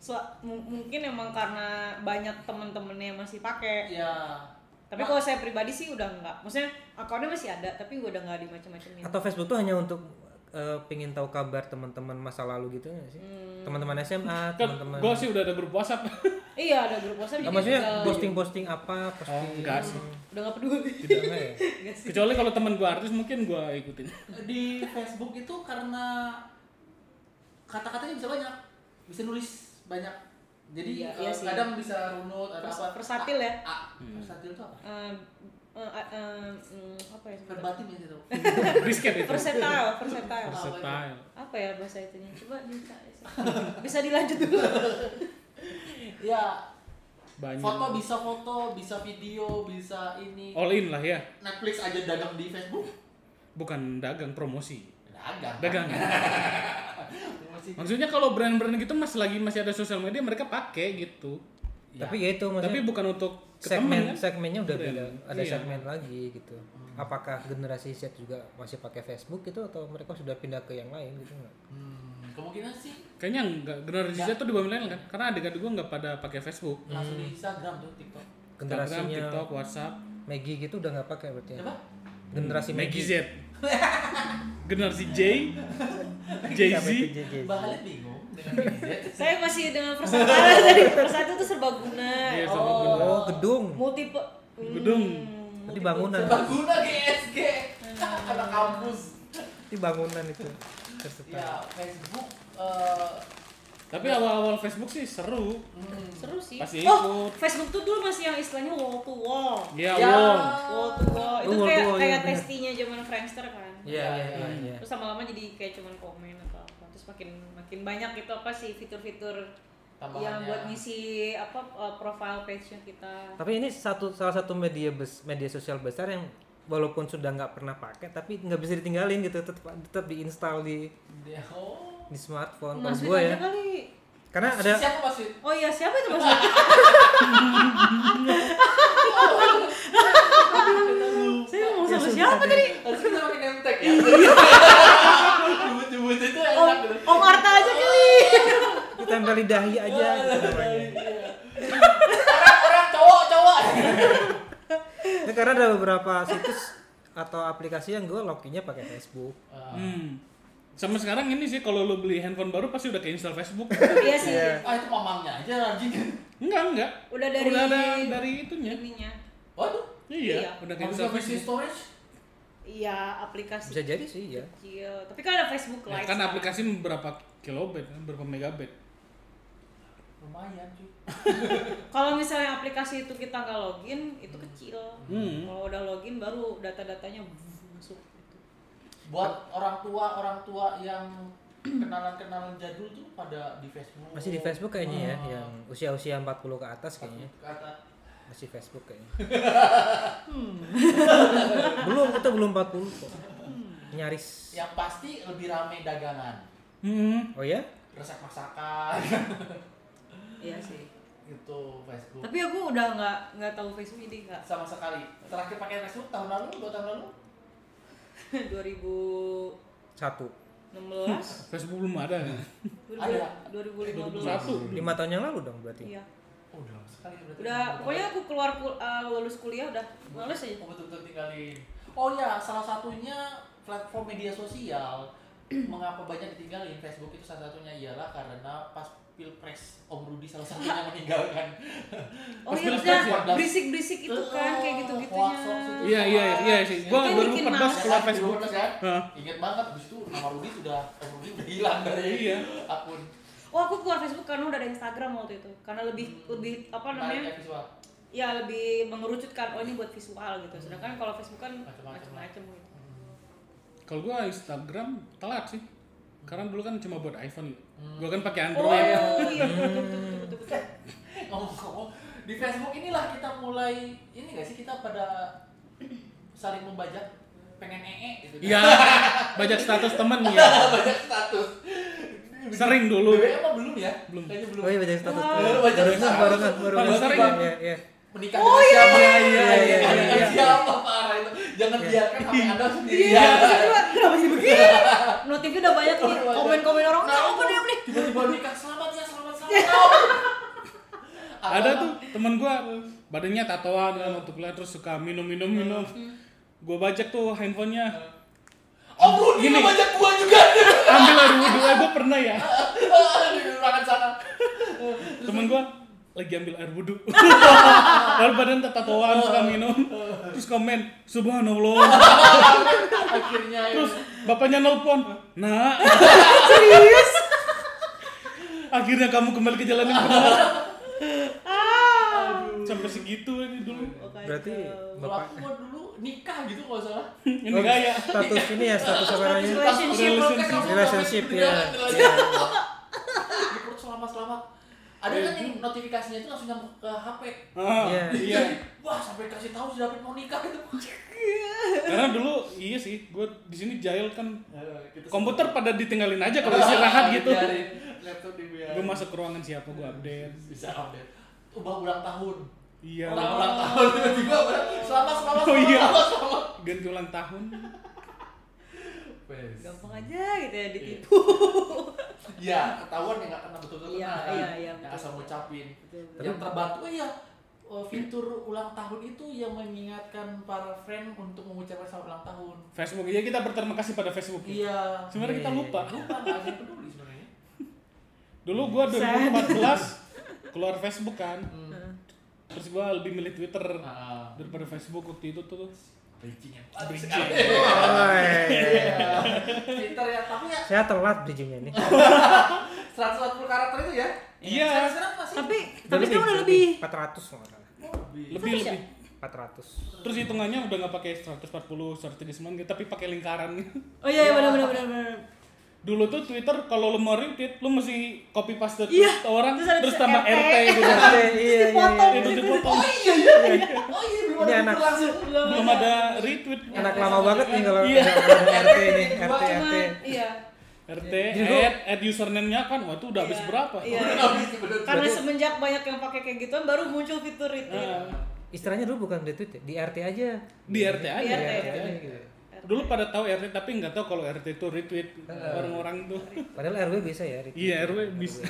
S4: So, mu- mungkin emang karena banyak temen-temennya yang masih pakai
S2: ya
S4: tapi kalau saya pribadi sih udah nggak maksudnya akunnya masih ada tapi gue udah nggak dimacem-macemin
S1: Atau Facebook tuh hanya untuk eh, pengen tahu kabar teman-teman masa lalu gitu nggak sih? Teman-teman SMA,
S3: Kan
S1: teman-teman.
S3: gue sih udah ada grup WhatsApp.
S4: iya ada grup WhatsApp
S1: Nah,
S4: jadi
S1: maksudnya
S4: udah-
S1: posting-posting apa?
S3: oh, Iya.
S1: Posting
S3: enggak sih.
S4: udah nggak peduli
S1: tidak enggak ya?
S4: Nggak sih.
S3: Kecuali kalau teman gue artis mungkin gue ikutin.
S2: di Facebook itu karena kata-katanya bisa banyak, bisa nulis banyak. Jadi
S4: Iya,
S2: eh,
S4: iya sih.
S2: kadang bisa runut ada
S4: Vers-
S2: apa?
S4: versatil ya.
S2: A, A.
S1: Hmm.
S2: Versatil itu apa?
S4: Eh, eh, eh, eh, hmm, apa ya sebetulnya?
S2: Verbatim ya itu.
S3: Brisket itu.
S4: versatile versatile
S3: Versatile.
S4: apa ya bahasa itunya coba bisa bisa dilanjut dulu
S2: ya,
S3: Banyak.
S2: foto bisa foto, bisa video, bisa ini.
S3: All in lah ya.
S2: Netflix aja dagang di Facebook.
S3: Bukan dagang promosi.
S2: Dagang.
S3: Dagang.
S2: Masih
S3: Maksudnya kalau brand-brand gitu masih lagi masih ada sosial media mereka pakai gitu.
S1: Tapi ya itu maksudnya.
S3: Tapi bukan untuk ke
S1: segmen
S3: temen, kan?
S1: segmennya udah
S3: Beda.
S1: beda ada
S3: Iya. Hmm.
S1: segmen lagi gitu apakah generasi Z juga masih pakai Facebook gitu atau mereka sudah pindah ke yang lain gitu nggak
S2: Hmm, kemungkinan sih
S3: Kayaknya enggak generasi Z tuh di bawah milenial kan? Karena adik-adik gue nggak pada pakai Facebook.
S2: langsung di Instagram tuh TikTok.
S3: Instagram,
S1: generasinya
S3: TikTok, WhatsApp,
S1: Maggie gitu udah nggak pakai berarti ya?
S2: Apa?
S1: generasi
S3: Maggie
S1: Maggie
S3: Z. generasi J, Jay
S1: Iya,
S3: Z.
S2: Mbak Halid bingung dengan gadget.
S4: saya masih dengan versatile tadi versatile itu serbaguna
S3: Iya,
S2: Oh.
S3: sama
S1: oh gedung
S4: multiple hmm,
S3: Gedung.
S1: Tadi
S4: multiple-
S1: bangunan.
S2: Serbaguna GSG. Anak kampus.
S1: di bangunan itu tersetar
S2: Ya, Facebook eh,
S3: Tapi awal-awal Facebook sih seru.
S2: hmm,
S4: seru sih
S3: Pasti ikut.
S4: oh Facebook tuh dulu masih yang istilahnya wall to wall
S3: Ya,
S2: Ya.
S3: Wong.
S4: wall to wall itu
S1: Wall to
S4: kayak
S1: wall, iya,
S4: kayak
S1: bener.
S4: testinya zaman Friendster kan
S1: iya iya iya iya
S4: terus lama-lama jadi kayak cuman komen atau apa terus makin makin banyak itu apa sih fitur-fitur yang
S2: Tambahannya.
S4: buat ngisi apa uh, profile page-nya kita
S1: tapi ini satu salah satu media bes, media sosial besar yang walaupun sudah nggak pernah pakai tapi nggak bisa ditinggalin gitu tetap tetap diinstal di
S2: dia- oh.
S1: di smartphone
S4: Mas
S1: kalau gue
S4: Fit aja
S1: ya
S4: kali
S1: karena ada
S2: Siapa maksud?
S4: Oh iya, siapa itu Mas Fit? Saya mau sama siapa tadi?
S2: Harus kita pakai name tag ya. Jemput-jemput itu
S4: Om,
S2: enak gitu.
S4: Om Arta Oh, aja kali.
S1: ditempel di dahi aja gitu namanya.
S2: Orang-orang cowok-cowok.
S1: Ya, karena ada beberapa situs atau aplikasi yang gue loginnya pakai Facebook.
S3: Hmm. Sama sekarang ini sih kalau lu beli handphone baru pasti udah keinstall Facebook.
S4: Iya sih.
S1: Iya.
S2: Ah itu mamangnya aja anjing.
S3: Enggak, enggak.
S4: Udah dari
S3: udah ada dari itunya.
S4: ininya.
S2: Waduh.
S3: Iya,
S4: Iya.
S3: udah
S1: gitu
S2: Habis
S3: keinstall
S2: habis di
S3: Facebook.
S2: storage.
S4: Iya, aplikasi
S1: Bisa jadi sih ya.
S4: kecil. Tapi kan ada Facebook
S3: Ya, kan
S4: Live. sekarang.
S3: aplikasi berapa kilobit, kan, berapa megabit.
S2: Lumayan cuy.
S4: Kalau misalnya aplikasi itu kita nggak login, itu kecil.
S3: Hmm.
S4: Kalau udah login baru data-datanya wuh, masuk gitu.
S2: buat orang tua orang tua yang kenalan kenalan jadul tuh pada di Facebook
S1: Masih di Facebook kayaknya ya,
S2: Ah,
S1: yang usia-usia 40 ke atas kayaknya
S2: kata
S1: masih Facebook kayaknya. belum kita belum 40 kok. Nyaris.
S2: yang pasti lebih rame dagangan
S3: Hmm.
S1: Oh ya?
S2: resep masakan
S4: Iya sih.
S2: gitu Facebook
S4: Tapi aku udah nggak nggak tahu Facebook jadi nggak
S2: sama sekali terakhir pakai Facebook tahun lalu dua tahun lalu
S4: 2016
S1: Satu.
S4: 2000-
S3: Facebook belum ada.
S4: Eh, 2015
S3: Hmm. Satu.
S1: Lima tahun yang lalu dong berarti.
S4: iya
S2: oh, udah lama sekali berarti
S4: udah pokoknya aku keluar kul- uh, lulus kuliah udah males aja
S2: aku betul betul tinggalin oh ya salah satunya platform media sosial mengapa banyak ditinggalin Facebook itu salah satunya ialah karena pas pilpres Om Rudi salah satunya meninggalkan
S4: oh iya
S3: Pas
S4: maksudnya
S2: kelas ya?
S4: berisik berisik itu kan kayak gitu
S2: Hoax, hoax
S4: gitunya
S2: itu.
S3: Iya, iya, iya sih. Gua
S4: Mungkin bikin
S3: 2014
S4: males.
S3: keluar Facebook.
S2: kan?
S3: Hah.
S2: Ingat banget abis itu nama Rudi sudah Om Rudi udah hilang dari
S3: Iya.
S2: akun
S4: oh aku keluar Facebook karena udah ada Instagram waktu itu karena lebih lebih apa
S2: Menarik
S4: namanya
S2: ya, visual.
S4: ya lebih mengerucutkan oh ini buat visual gitu sedangkan kalau Facebook kan
S2: Macem-macem.
S4: macam-macam gitu
S3: Kalau gua Instagram telat sih. Karena dulu kan cuma buat iPhone. Gua kan pakai
S4: oh
S3: Android.
S4: iya betul betul betul betul, betul.
S2: Ngomong-ngomong di Facebook inilah kita mulai ini gak sih kita pada saling membajak pengen ee gitu
S3: Iya, banyak status temen ya.
S2: banyak status
S3: Sering dulu.
S2: BBM mah belum ya
S3: Belum.
S2: kayaknya belum
S1: Oh iya banyak status.
S4: Wah.
S1: Baru-
S2: Banyak
S1: Barusan
S2: status.
S1: barusan barusan.
S3: Paling sering. ya?
S1: Iya, iya.
S2: menikah dengan siapa
S3: iya, iya, iya, iya,
S2: Menikah dengan
S3: iya.
S2: siapa parah itu jangan
S1: Iya.
S2: biarkan hak anda sendiri
S4: Iya, tiba-tiba, kenapa jadi begini? Notifnya udah banyak nih, komen-komen orang,
S2: Nah,
S4: kenapa dia nih?
S2: tiba-tiba nikah selamat ya selamat selamat
S3: Ada tuh temen gua badannya tatoan kan waktu kuliah terus suka minum-minum minum. Gua bajak tuh handphonenya.
S2: Om Rudi
S3: Gini.
S2: Oh, banyak gua juga
S3: Ambil air wudhu, eh, gua pernah ya.
S2: di ruangan sana
S3: Temen gua lagi ambil air wudhu. Baru badan tatoan suka minum. Terus komen, subhanallah.
S2: akhirnya ya.
S3: Terus bapaknya nelpon, nah
S4: Serius?
S3: akhirnya kamu kembali ke jalan yang benar. Sampai segitu ini dulu.
S1: Berarti
S2: kalau
S1: bapak
S2: aku mau dulu nikah gitu kalau salah
S1: Iya.
S3: Ini gaya.
S1: status ini ya status apa namanya?
S4: Relationship,
S2: Relationship,
S1: Relationship
S2: Di
S1: ya.
S2: dalam, di dalam.
S1: Iya.
S2: gitu di perut selama selamat ada kan yang notifikasinya itu langsung nyamuk ke HP
S3: Ah,
S1: Iya.
S3: Iya.
S2: wah sampai kasih tahu si David mau nikah gitu
S3: Karena dulu iya sih, gue di sini jahil kan
S2: Gitu.
S3: komputer pada ditinggalin aja kalau
S2: Iya,
S3: istirahat gitu.
S2: Dibiarin. laptop dibiarin
S3: Gue masuk ke ruangan siapa gue update.
S2: bisa update ubah ulang tahun
S3: Iya.
S2: orang ulang tahun tiba-tiba udah selamat selamat
S3: Oh, iya.
S2: selamat selamat
S3: Ganti ulang tahun.
S2: Wes.
S4: Gampang aja gitu ya ditipu.
S2: Iya, ketahuan yang nggak pernah betul-betul
S4: Iya,
S2: kenal kan?
S4: iya, iya,
S2: yang
S4: betul.
S2: asal ngucapin.
S4: Betul, betul.
S2: Yang terbantu ya eh, fitur ulang tahun itu yang mengingatkan para friend untuk mengucapkan selamat ulang tahun.
S3: Facebook aja kita berterima kasih pada Facebook. ya.
S2: Iya.
S3: Sebenarnya kita lupa.
S2: Lupa nggak ada yang peduli sebenarnya.
S3: Dulu gue 2014 keluar Facebook kan.
S2: Hmm.
S3: Terus gue lebih milih Twitter
S2: Nah,
S3: daripada Facebook waktu itu tuh.
S2: bridging ya.
S3: Bridging.
S1: Oi.
S2: Fitur ya, tapi ya
S1: Saya telat bridgingnya ini.
S2: 140 karakter itu ya.
S3: Iya.
S2: Sekarang- Sekarang masih Oh,
S4: Tapi, tapi sekarang udah lebih.
S1: 400 nggak salah.
S2: lebih.
S3: Lebih
S4: Bisa?
S3: lebih.
S1: 400.
S3: Terus hitungannya udah nggak pakai 140, 139 gitu, tapi pakai lingkaran.
S4: Oh iya, iya benar benar benar benar.
S3: Dulu tuh Twitter kalau lu mau retweet, lu mesti copy paste tweet
S4: Iya.
S3: orang
S4: Terus ada
S3: terus
S4: tulisan
S3: tambah
S4: RT.
S3: RT gitu.
S1: iya,
S4: Terus dipotong.
S3: Itu dipotong.
S2: Oh iya iya. Oh iya belum
S1: Ini
S2: ada
S1: anak-
S2: fitur langsung.
S3: Belum ada retweet.
S1: Anak lama banget nih kalau
S3: Iya.
S1: kalau ada RT ini, RT RT.
S4: Cuman, iya.
S3: RT,
S1: Jadi lu-
S3: add, add username-nya kan, wah itu udah habis
S4: Iya.
S3: berapa?
S4: Iya.
S2: Udah habis bener.
S4: Karena semenjak banyak yang pakai kayak gituan baru muncul fitur itu.
S3: Nah,
S1: Istilahnya dulu bukan di tweet, ya, di RT aja.
S3: di RT aja.
S4: Di RT.
S1: aja gitu.
S3: Dulu pada tahu RT tapi nggak tahu kalau RT itu retweet orang-orang tuh.
S1: Padahal RW bisa ya. retweet.
S3: Iya, RW bisa.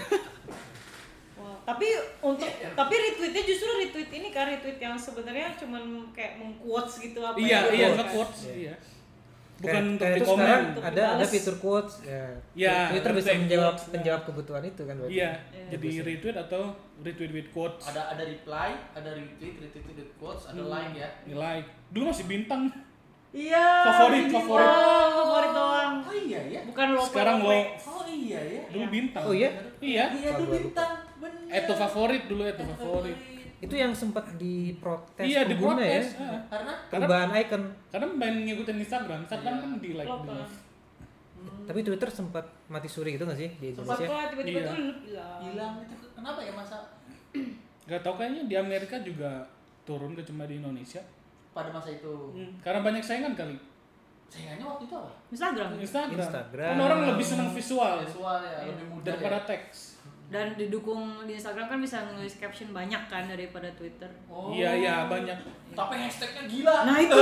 S4: Wah, tapi untuk tapi retweetnya justru retweet ini kan retweet yang sebenarnya cuman kayak mengquotes gitu apa
S3: Iya, iya,
S4: yang gitu
S3: nggak
S4: kan.
S3: quotes, iya. Bukan
S1: Oh, Kayak-
S3: untuk
S1: kayak
S3: di
S1: itu
S3: komen.
S1: sekarang
S4: Untuk
S1: ada ada
S4: dibales.
S1: fitur quotes ya.
S3: Ya,
S1: Twitter
S3: ada
S1: bisa
S3: fitur
S1: menjawab
S3: quotes, ya.
S1: menjawab kebutuhan itu kan berarti.
S3: Iya,
S4: Iya.
S3: jadi retweet atau retweet with quotes.
S2: Ada ada reply, ada retweet, retweet, retweet quotes, ada
S4: Hmm.
S2: like ya.
S3: Nilai. Dulu masih bintang.
S4: Iya.
S3: Favorit,
S4: ini
S3: favorit.
S4: doang, favorit doang.
S2: Oh iya ya.
S4: Bukan lo.
S3: Sekarang lo
S2: Oh iya ya.
S3: dulu bintang.
S1: Oh, iya?
S3: Iya.
S2: Iya
S1: Wah,
S2: tuh
S1: gua lupa.
S2: bintang bener.
S3: Eto favorit dulu Eto
S2: Eto
S3: favorit.
S1: Itu yang sempat diprotes
S3: Iya, di
S1: pengguna ya.
S3: protes. ah.
S2: Karena
S1: Perubahan icon.
S3: Karena main ngikutin Instagram, Instagram kan di like. di love.
S1: Tapi Twitter sempat mati suri gitu nggak sih di
S4: Sempat
S1: Indonesia?
S4: kok tiba-tiba
S3: Iya.
S4: tuh lu hilang.
S2: hilang itu kenapa ya masa
S3: Gak tau kayaknya di Amerika juga turun gak cuma di Indonesia.
S2: pada masa itu
S3: Karena banyak saingan kali.
S2: saingannya waktu itu apa?
S4: Instagram.
S3: Instagram.
S1: Instagram. Iya.
S3: Kan orang lebih senang visual
S2: Visual ya lebih mudah.
S3: daripada
S2: ya.
S3: teks.
S4: Dan didukung di Instagram kan bisa nulis caption banyak kan daripada Twitter.
S2: Oh.
S3: Iya iya banyak.
S2: Tapi hashtagnya gila.
S4: Nah itu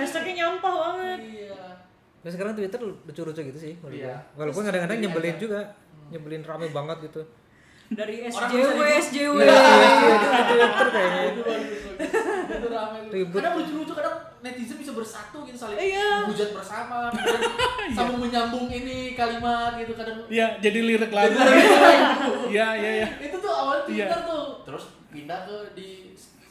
S4: hashtagnya nyampah banget.
S2: Iya.
S1: Nah, sekarang Twitter lucu-lucu gitu sih menurut
S2: Iya.
S1: gua. Walaupun kadang-kadang
S2: Terus,
S1: nyebelin
S2: iya.
S1: juga, nyebelin rame banget gitu.
S4: Dari
S2: Orang bisa
S4: SJW,
S2: didukung.
S4: SJW.
S1: Twitter kayaknya.
S2: Nah, Itu bagus, bagus. Itu rame.
S1: Ribut.
S2: Kadang lucu-lucu kadang netizen bisa bersatu gitu saling
S4: Iya.
S2: hujat bersama, kemudian sambung menyambung ini kalimat gitu kadang
S3: Iya jadi lirik lagu. Iya iya iya.
S2: itu tuh awalnya
S3: Iya.
S2: Twitter tuh terus pindah ke di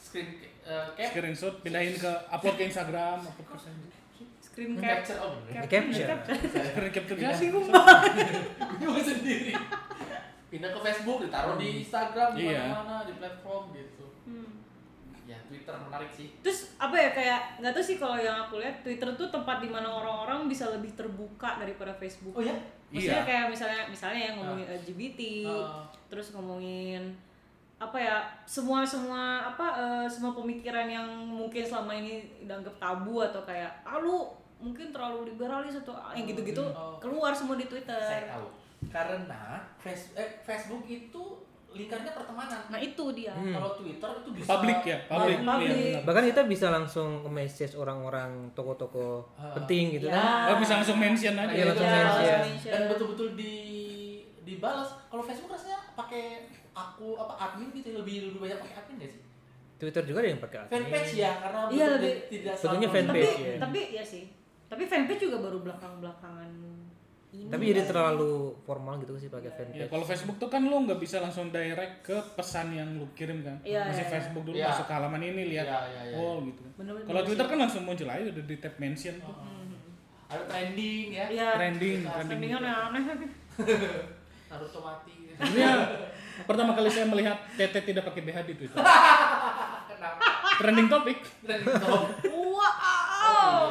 S2: screen eh, cap
S3: Screenshot pindahin ke upload ke Instagram. Upload ke Instagram.
S4: Screen cap.
S2: capture oh, om
S1: Di
S4: Capture.
S1: capture. Iya.
S3: Screen capture ya sih gua.
S2: bingung sendiri pindah ke Facebook ditaruh di Instagram di
S3: Iya.
S2: mana-mana di platform gitu
S4: Hmm.
S2: ya Twitter menarik sih
S4: Terus apa ya kayak nggak tahu sih kalau yang aku lihat Twitter tuh tempat dimana orang-orang bisa lebih terbuka daripada Facebook.
S2: oh ya
S4: Maksudnya
S3: Iya.
S4: kayak misalnya misalnya yang ngomongin LGBT,
S2: Ah.
S4: terus ngomongin apa ya semua semua apa eh, semua pemikiran yang mungkin selama ini dianggap tabu atau kayak ah lu mungkin terlalu liberalis atau ah," yang gitu-gitu
S2: Oh.
S4: keluar semua di
S2: Saya
S4: Twitter.
S2: tahu. Karena face- eh, Facebook itu lingkarnya pertemanan.
S4: Nah itu dia.
S1: Hmm.
S2: Kalau Twitter itu bisa
S3: Public ya, public.
S4: Public.
S3: Iya, benar.
S1: bahkan kita bisa langsung message orang-orang toko-toko
S2: Ah.
S1: penting gitu kan
S3: Oh, bisa langsung mention aja.
S1: Iya, langsung
S4: Iya,
S1: mention.
S4: langsung mention.
S2: Dan betul-betul di dibalas. Kalau Facebook rasanya pakai aku apa admin gitu lebih lebih banyak pakai admin ya sih.
S1: Twitter juga ada yang pakai admin.
S2: Fanpage ya karena
S4: Iya,
S2: betul-betul
S4: lebih-
S2: tidak
S1: Bentuknya
S2: selalu-
S1: fanpage
S4: tapi
S1: ya.
S4: tapi ya sih tapi fanpage juga baru belakang belakangan ini
S1: tapi jadi terlalu formal gitu sih
S3: Ya,
S1: pakai
S2: Iya,
S1: fanpage
S3: kalau Facebook tuh kan lu nggak bisa langsung direct ke pesan yang lu kirim kan.
S4: Iya,
S3: Masih
S4: iya, iya.
S3: Facebook dulu
S2: Iya.
S3: masuk ke halaman ini lihat.
S2: Iya, iya, iya.
S3: Oh, gitu.
S4: Bener-bener
S3: Kalau
S4: sih.
S3: Twitter kan langsung muncul aja udah di tab mention
S2: Oh.
S3: tuh.
S2: Ada trending ya.
S4: Iya.
S3: Trending, gitu. trending.
S4: trendingan aneh
S2: Naruto mati.
S3: Ini ya, pertama kali saya melihat Tete tidak pakai BH di Twitter.
S2: Kenapa?
S3: Trending topik.
S2: Trending top.
S4: wow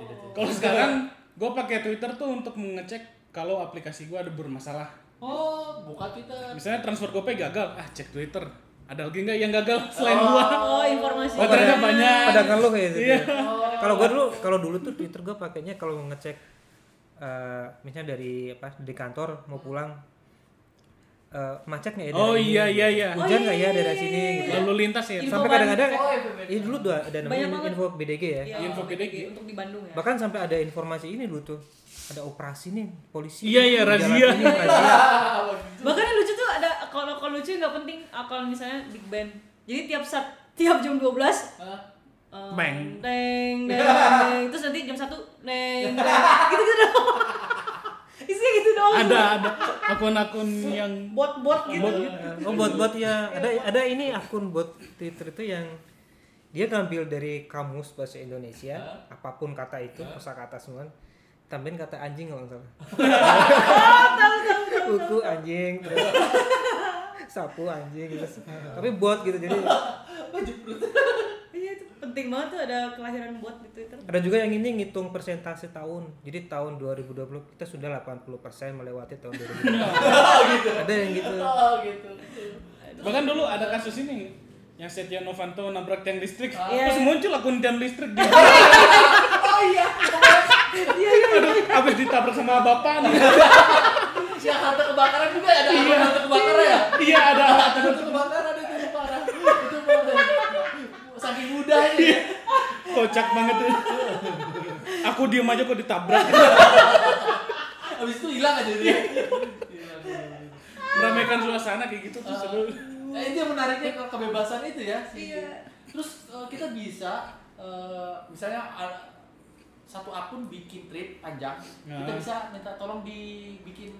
S2: Tidak, tidak.
S3: Kalau sekarang gue pakai Twitter tuh untuk mengecek kalau aplikasi gue ada bermasalah.
S2: Oh, buka Twitter.
S3: Misalnya transfer GoPay gagal, ah cek Twitter. Ada lagi nggak yang gagal selain gua?
S4: oh informasi
S3: Oh, ternyata
S2: Iya.
S3: banyak.
S2: kan
S1: pedagang lo kayak gitu
S3: Iya.
S1: kalau gua dulu kalau dulu tuh Twitter gua pakainya kalau mau ngecek eh, misalnya dari apa di kantor
S4: Hmm.
S1: mau pulang eh, macet nggak ya dari
S3: Oh
S1: ini?
S3: iya iya iya.
S1: hujan nggak
S4: Oh,
S1: ya daerah sini gitu
S3: Lalu lintas ya.
S4: iya, Info kan?
S1: sampai
S4: ban-
S1: kadang-kadang
S2: Oh, FBB.
S1: ini dulu tuh ada namanya
S4: Banyak banget.
S1: info BDG ya
S4: Iya,
S3: Info gitu.
S4: untuk
S3: PDG.
S4: di- untuk di Bandung ya
S1: bahkan sampai ada informasi ini dulu tuh ada operasi nih
S3: Iya,
S1: polisi
S3: iya,
S1: di jalan
S3: razia.
S1: ini, razia.
S4: bahkan yang lucu tuh ada kalau kalau lucu nggak penting ah, kalau misalnya big band jadi tiap saat tiap jam eh, 12
S2: Hah?
S4: em,
S3: Bang.
S4: Deng, deng, deng. Terus nanti jam 1 Deng, deng. Gitu-gitu dong Isinya gitu dong
S3: Ada ada akun-akun yang
S4: Bot-bot gitu
S3: Bot.
S1: oh buat buat ya ada ada ini akun buat Twitter itu yang dia ngambil dari kamus bahasa Indonesia apapun kata itu kosakata semua tambahin kata anjing kalau nggak salah kuku anjing terus sapu anjing terus tapi buat gitu jadi
S4: Iya itu penting banget tuh ada kelahiran bot gitu. di Twitter.
S1: ada juga yang ini ngitung persentase tahun jadi tahun 2020 kita sudah 80% melewati tahun 2020 ada yang gitu
S2: Oh, gitu.
S3: bahkan dulu ada kasus ini yang Setia Novanto nabrak tiang listrik
S4: Iya,
S3: terus
S4: iya.
S3: muncul akun tiang listrik dia
S2: Oh iya.
S4: Iya,
S3: habis ditabrak sama bapak nih
S2: Jakarta kebakaran juga ya, ada Jakarta kebakaran ya.
S3: iya ada
S2: Jakarta kebakaran itu yang parah. Itu parah. Saking ya. mudanya.
S3: kocak banget tuh aku diem aja kok ditabrak
S2: Habis itu hilang aja dia. Hilang.
S3: meramaikan suasana kayak gitu tuh Iya. seru Iya.
S2: Nah, itu yang menariknya ke kebebasan itu ya. si- Terus eh, kita bisa eh, misalnya ada- satu akun bikin tweet panjang, kita
S3: Nah.
S2: bisa minta tolong dibikin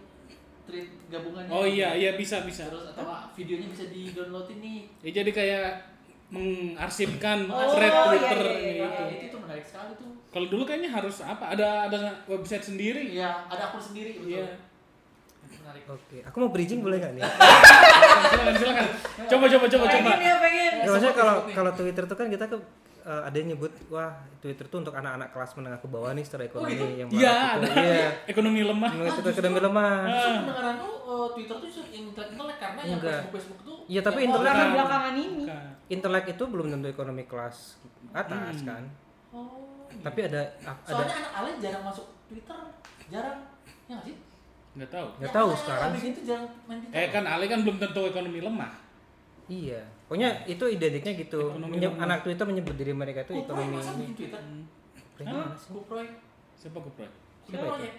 S2: tweet gabungannya.
S3: oh iya iya bisa bisa
S2: Terus atau nggak, videonya bisa di-downloadin nih.
S3: ya jadi kayak mengarsipkan
S4: Oh,
S3: thread
S4: iya,
S3: Twitter
S4: iya, iya,
S3: gitu.
S2: Itu itu menarik sekali tuh.
S3: Kalau dulu kayaknya harus apa? Ada ada website sendiri.
S2: Iya, ada akun sendiri betul.
S3: Iya.
S2: Menarik.
S1: oke aku mau bridging boleh nggak nih
S3: silakan silakan. Coba coba coba coba.
S4: Pengen ya
S3: Iya,
S4: pengen.
S1: Ya,
S2: Ya,
S1: maksudnya
S2: seperti
S1: kalau
S2: seperti.
S1: kalau Twitter tuh kan kita ke eh, ada yang nyebut wah Twitter tuh untuk anak-anak kelas menengah ke bawah nih secara ekonomi
S2: gitu?
S1: yang
S3: Iya,
S1: melalui
S3: ada Ah.
S1: itu. iya.
S3: ekonomi lemah.
S1: Menurut itu ekonomi lemah.
S2: Justru pendengaran lu eh, Twitter tuh justru intelek intelek karena yang
S1: Enggak.
S2: Facebook Facebook tuh.
S1: Iya, tapi
S2: yang-
S1: intelek-
S4: Belakangan belakangan ini.
S3: Bukan.
S1: Intelek itu belum tentu ekonomi kelas atas
S3: Hmm.
S1: kan.
S2: Oh.
S1: Tapi ada ada
S2: Soalnya anak Alen jarang masuk Twitter, jarang. Ya nggak sih?
S3: Nggak tahu.
S1: Nggak
S2: Ya,
S1: tahu
S2: anak-anak
S1: sekarang
S2: abis itu jarang main Twitter.
S3: Eh kan Ale kan belum tentu ekonomi lemah.
S1: iya. Pokoknya itu identiknya gitu.
S3: Ekonomi
S1: Menye-
S3: lemah.
S1: anak Twitter menyebut diri mereka itu
S2: Kuproy
S1: ekonomi
S2: masa
S1: ini. Hmm.
S2: bikin Twitter?
S1: Kayaknya mana sih?
S2: Kuproy.
S3: Siapa Kuproy?
S1: Siapa
S2: Kuproy
S1: itu?
S2: ya?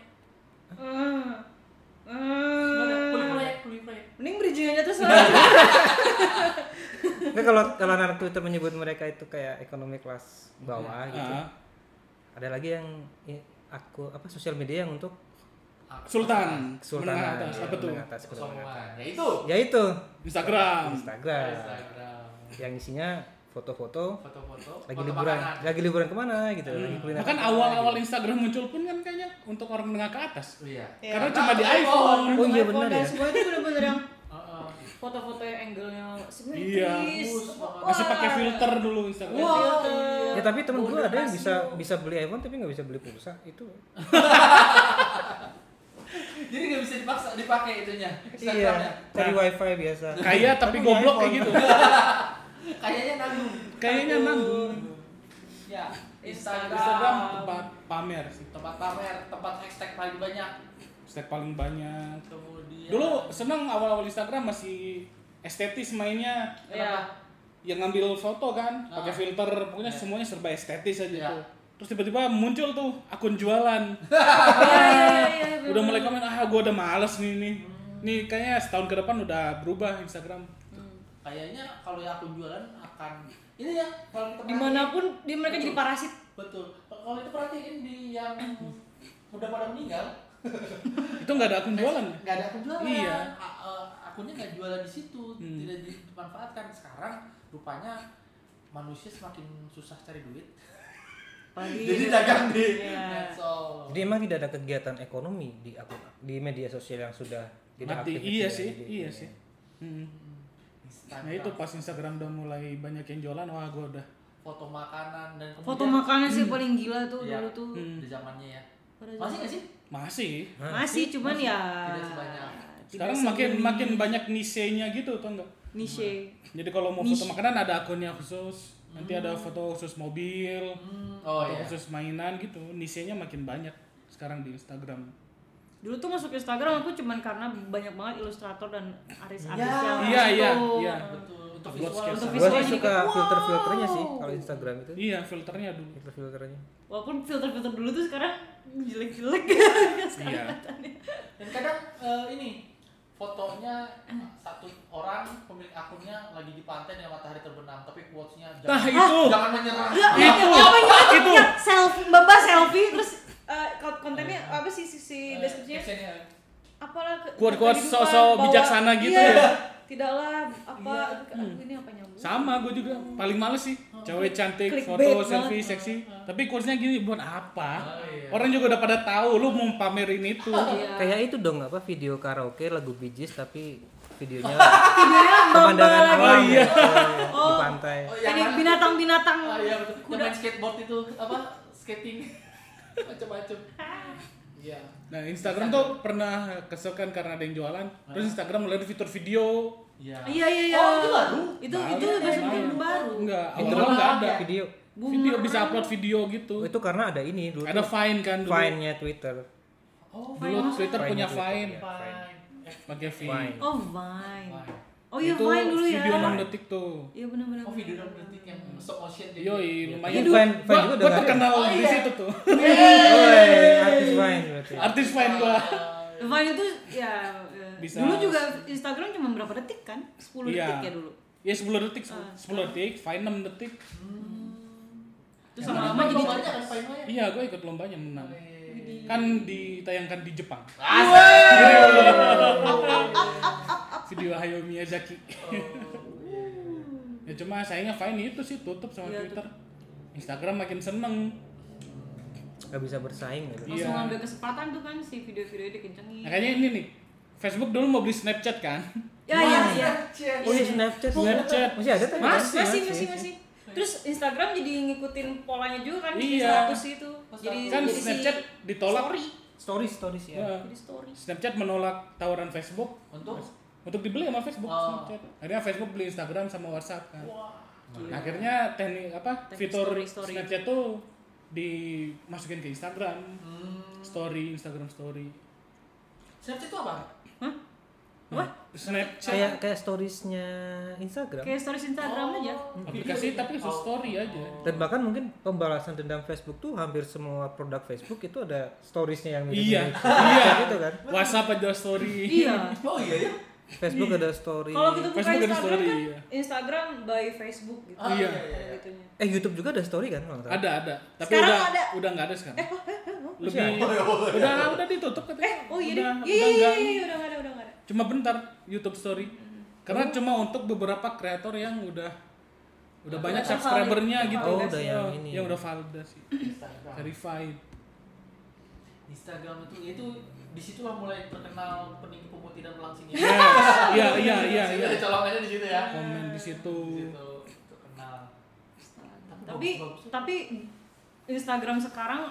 S4: Hmm.
S2: Nggak ada.
S4: Hmm.
S2: Kuliproy ya? Kuliproy ya?
S4: Mending bridging aja terus lah.
S1: Nggak, kalau kalau anak Twitter menyebut mereka itu kayak ekonomi kelas bawah gitu.
S3: Ah,
S1: Ada lagi yang i- aku apa sosial media yang untuk
S2: Ah,
S3: Sultan.
S1: Sultan iya,
S3: Menengah atas. Apa tuh?
S1: menengah atas, menengah atas.
S2: Kesombongan. Ya itu.
S1: Ya itu
S3: Instagram.
S1: Instagram
S2: Instagram.
S1: yang isinya foto-foto
S2: Foto-foto.
S1: lagi
S2: foto
S1: liburan,
S2: makanan.
S1: lagi liburan kemana gitu, lagi kuliner.
S3: Iya. Bahkan awal-awal Instagram muncul pun kan kayaknya untuk orang menengah ke atas.
S2: Iya.
S4: Iya.
S3: Karena cuma di iPhone.
S1: Oh, iya,
S4: iPhone
S1: benar
S4: dan
S1: ya.
S4: Semua itu bener-bener yang
S2: Heeh.
S4: foto-foto yang angle-nya
S3: Iya.
S4: simetris. Wah.
S3: Masih pakai filter dulu Instagram.
S4: Wah.
S1: Ya tapi temen gue ada yang bisa bisa beli iPhone tapi nggak bisa beli pulsa itu.
S2: Jadi nggak bisa dipaksa dipakai itunya.
S1: iya
S2: Instagramnya.
S1: dari wifi biasa
S3: Kaya tapi
S1: Kamu
S3: goblok
S1: punya
S3: kayak gitu.
S2: Kayaknya nanggung.
S3: Kayaknya nanggung.
S2: Ya, Instagram,
S3: Instagram tempat pamer sih.
S2: tempat pamer, tempat hashtag paling banyak.
S3: Stack paling banyak.
S2: Kemudian
S3: Dulu seneng awal-awal Instagram masih estetis mainnya.
S2: ya.
S3: Yang ngambil foto kan,
S2: Ah.
S3: pakai filter, pokoknya
S2: Ya.
S3: semuanya serba estetis aja
S2: Ya.
S3: tuh. Terus tiba-tiba muncul tuh akun jualan.
S4: Iya,
S3: udah mulai komen ah gue udah males nih nih nih kayaknya setahun ke depan udah berubah Instagram
S2: Kayaknya kalau yang aku jualan akan ini ya kalau kita
S4: dimanapun dia mereka jadi parasit
S2: perhatiin- betul. Kalau itu perhatiin di yang udah pada meninggal
S3: itu nggak ada akun jualan ya?
S2: nggak ada akun jualan
S3: Iya.
S2: A- eh, akunnya nggak jualan di situ
S3: Hmm.
S2: tidak dimanfaatkan sekarang rupanya manusia semakin susah cari duit jadi dagang di
S4: Iya.
S2: medsos
S1: jadi emang tidak ada kegiatan ekonomi di akun di media sosial yang sudah tidak
S3: mati
S1: aktif
S3: iya
S1: itu ya,
S3: sih
S1: jadi-
S3: iya sih Hmm.
S2: Instagram,
S3: nah itu pas Instagram udah mulai banyak yang jualan wah gue udah
S2: foto makanan dan kemudian
S4: foto makannya sih paling gila tuh
S2: Iya.
S4: dulu tuh
S3: Hmm.
S2: di zamannya ya
S4: Pada
S2: masih
S4: zaman-
S2: nggak sih
S3: masih
S4: masih cuman ya
S2: Tidak sebanyak.
S4: tidak
S3: sekarang makin
S4: segini.
S3: makin banyak niche-nya gitu tau nggak
S4: niche
S3: jadi kalau mau
S4: Niche.
S3: foto makanan ada akunnya khusus nanti ada foto khusus mobil
S2: Hmm, oh
S3: foto
S2: iya
S3: khusus mainan gitu niche-nya makin banyak sekarang di Instagram
S4: dulu tuh masuk Instagram aku cuman karena banyak banget ilustrator dan artis-artis
S2: Iya.
S4: yang
S3: Iya,
S4: masuk
S3: iya,
S4: tuh.
S3: iya.
S2: betul untuk
S3: Buat
S2: visual
S3: sketsa.
S2: untuk
S1: Gua
S2: visual
S1: sih
S4: Visualnya
S1: suka
S4: kayak,
S1: filter-filternya sih
S4: wow.
S1: kalau Instagram itu
S3: iya filternya dulu
S1: filter-filternya
S4: walaupun filter-filter dulu tuh sekarang jelek-jelek sekarang ya.
S3: Iya.
S4: kelihatannya.
S2: ya. dan kadang eh, ini fotonya satu orang pemilik akunnya lagi di pantai dengan matahari terbenam tapi quotes-nya
S3: nah
S2: jangan,
S3: itu
S2: jangan menyerah
S4: Iya,
S3: Ah, Itu.
S4: iya, apa yang
S3: Itu.
S4: itu selfie bapak selfie terus eh, kon- kontennya apa sih si, si
S2: Eh,
S4: deskripsinya
S2: captionnya.
S4: apalah ke-
S3: Quote-quote
S4: kehidupan,
S3: sosok
S4: bahwa-
S3: bijaksana gitu
S4: iya,
S3: ya. Iya. Hmm.
S4: tidaklah apa ini apa nyambung
S3: sama gue juga paling males sih
S2: Oh,
S3: cewek cantik
S4: Clickbait
S3: foto
S4: banget.
S3: selfie seksi tapi kursnya gini buat apa
S2: Oh, iya.
S3: orang juga udah pada tahu lu mau pamerin itu
S4: Iya.
S1: kayak itu dong apa video karaoke lagu bijis tapi videonya
S4: Videonya
S1: pemandangan
S4: mbak-mbak
S1: alam
S4: lagi.
S1: ya, kalau
S4: Oh.
S1: di pantai
S2: Oh, yang
S4: Ini
S2: mana?
S4: binatang-binatang.
S2: Oh iya betul. Yang
S4: Kuda.
S2: main skateboard itu apa? Skating. Macam-macam.
S4: Ah.
S2: Iya.
S3: nah Instagram tuh pernah kesukaan karena ada yang jualan terus Instagram mulai ada fitur video
S2: Iya.
S4: Iya iya iya.
S2: Oh, itu baru?
S4: Itu
S3: Baru.
S4: itu biasa bikin baru.
S3: Nah, enggak
S1: Fitur
S3: awal enggak ada
S1: ya, video
S3: video bisa upload video gitu
S1: Oh, itu karena ada ini dulu
S3: ada fine kan dulu
S1: fine-nya Twitter
S2: Oh,
S3: dulu
S2: fine.
S3: Twitter
S1: Vine-nya
S3: punya
S1: Twitter,
S3: fine
S1: iya.
S2: Fine. Eh,
S3: pakai
S1: Vine.
S3: fine
S4: Oh Vine.
S2: Fine.
S4: Oh iya
S3: itu
S4: Vine dulu ya.
S3: video 6 detik tuh
S4: Iya benar-benar.
S2: Oh, video dalam detik yang
S4: Hmm.
S2: stop motion gitu.
S3: Yoi, lumayan.
S1: Iya, Vine- Vine
S3: Gua-
S1: juga
S3: gua
S1: udah
S3: terkenal
S2: ada. Oh,
S3: di
S2: iya.
S3: situ tuh.
S1: Woi, artis fine berarti
S3: Artis Vine gua.
S4: Vine itu ya eh,
S3: Bisa.
S4: dulu juga Instagram cuma berapa detik kan? 10
S3: Iya.
S4: detik ya dulu.
S3: Ya 10 detik,
S4: Ah.
S3: 10 detik, Vine 6 detik.
S4: Terus
S3: Ya,
S4: lama-lama jadi
S2: banyak kan fine-nya.
S3: Iya, gue ikut lombanya menang. Kan ditayangkan di Jepang. Iya. Video Hayao Miyazaki.
S4: Oh.
S3: ya cuma sayangnya Vine itu sih tutup sama
S4: Iya,
S3: Twitter. Instagram makin seneng.
S1: nggak bisa bersaing gitu
S3: Iya.
S4: langsung ngambil kesempatan tuh kan si video-video itu dikencengin.
S3: Makanya Nah, ini nih, Facebook dulu mau beli Snapchat kan?
S4: Ya ya ya.
S1: oh iya Snapchat
S3: Snapchat.
S1: masih ada tadi
S4: Mas, masih masih masih. Terus Instagram jadi ngikutin polanya juga kan di
S3: Iya.
S4: status itu. Jadi
S3: Kan
S4: Iya, jadi si
S3: Snapchat ditolak.
S4: story.
S1: story stories ya
S3: Ya.
S4: Jadi story.
S3: Snapchat menolak tawaran Facebook
S2: Untuk
S3: untuk dibeli sama Facebook
S2: Oh.
S3: Snapchat. Akhirnya Facebook beli Instagram sama WhatsApp kan.
S4: Gila.
S3: Akhirnya teknik apa
S4: Teknik
S3: fitur
S4: story, story.
S3: Snapchat tuh dimasukin ke Instagram.
S4: Hmm.
S3: Story, Instagram story.
S2: Snapchat itu apa?
S4: Hah? Wah,
S3: Snapchat
S1: kayak kayak storiesnya Instagram
S4: kayak stories Instagram aja.
S3: aplikasi tapi khusus
S2: Oh.
S3: story aja.
S1: dan bahkan mungkin pembalasan dendam Facebook tuh hampir semua produk Facebook itu ada storiesnya yang
S3: Iya.
S1: mirip-mirip.
S3: Iya.
S1: Oh. gitu kan
S3: WhatsApp aja story.
S4: Iya.
S2: Oh iya ya.
S1: Facebook ada story
S4: Kalau kita buka
S3: Facebook ada
S4: Instagram
S3: story,
S4: kan
S3: iya.
S4: Instagram by Facebook gitu.
S2: Ah,
S3: Iya.
S4: Kayak gitunya.
S1: eh YouTube juga ada story kan kalau nggak salah?
S3: Ada ada. Tapi
S4: Sekarang
S3: udah
S4: ada. oh,
S3: udah nggak ada sekarang. Lebih
S1: Masih
S3: udah udah ditutup katanya.
S4: Eh, oh iya deh.
S3: udah, udah
S4: Iya iya
S3: nggak.
S4: iya, iya udah nggak ada udah nggak ada.
S3: Cuma bentar YouTube story. Karena cuma untuk beberapa kreator yang udah udah banyak
S4: Udah
S3: subscribernya
S4: valid.
S3: gitu.
S1: Oh, udah yang ini.
S3: Yang udah validasi.
S2: Instagram.
S3: Verified.
S2: Instagram itu ya itu disitulah mulai terkenal penipu tidak melangsingnya.
S3: Iya, iya, iya,
S2: Di situ
S3: iya. Oh.
S2: ada colongannya di situ ya.
S3: Komen di situ.
S2: Di situ terkenal.
S4: Tapi
S2: bagus, bagus.
S4: tapi
S3: Ah.
S4: Instagram sekarang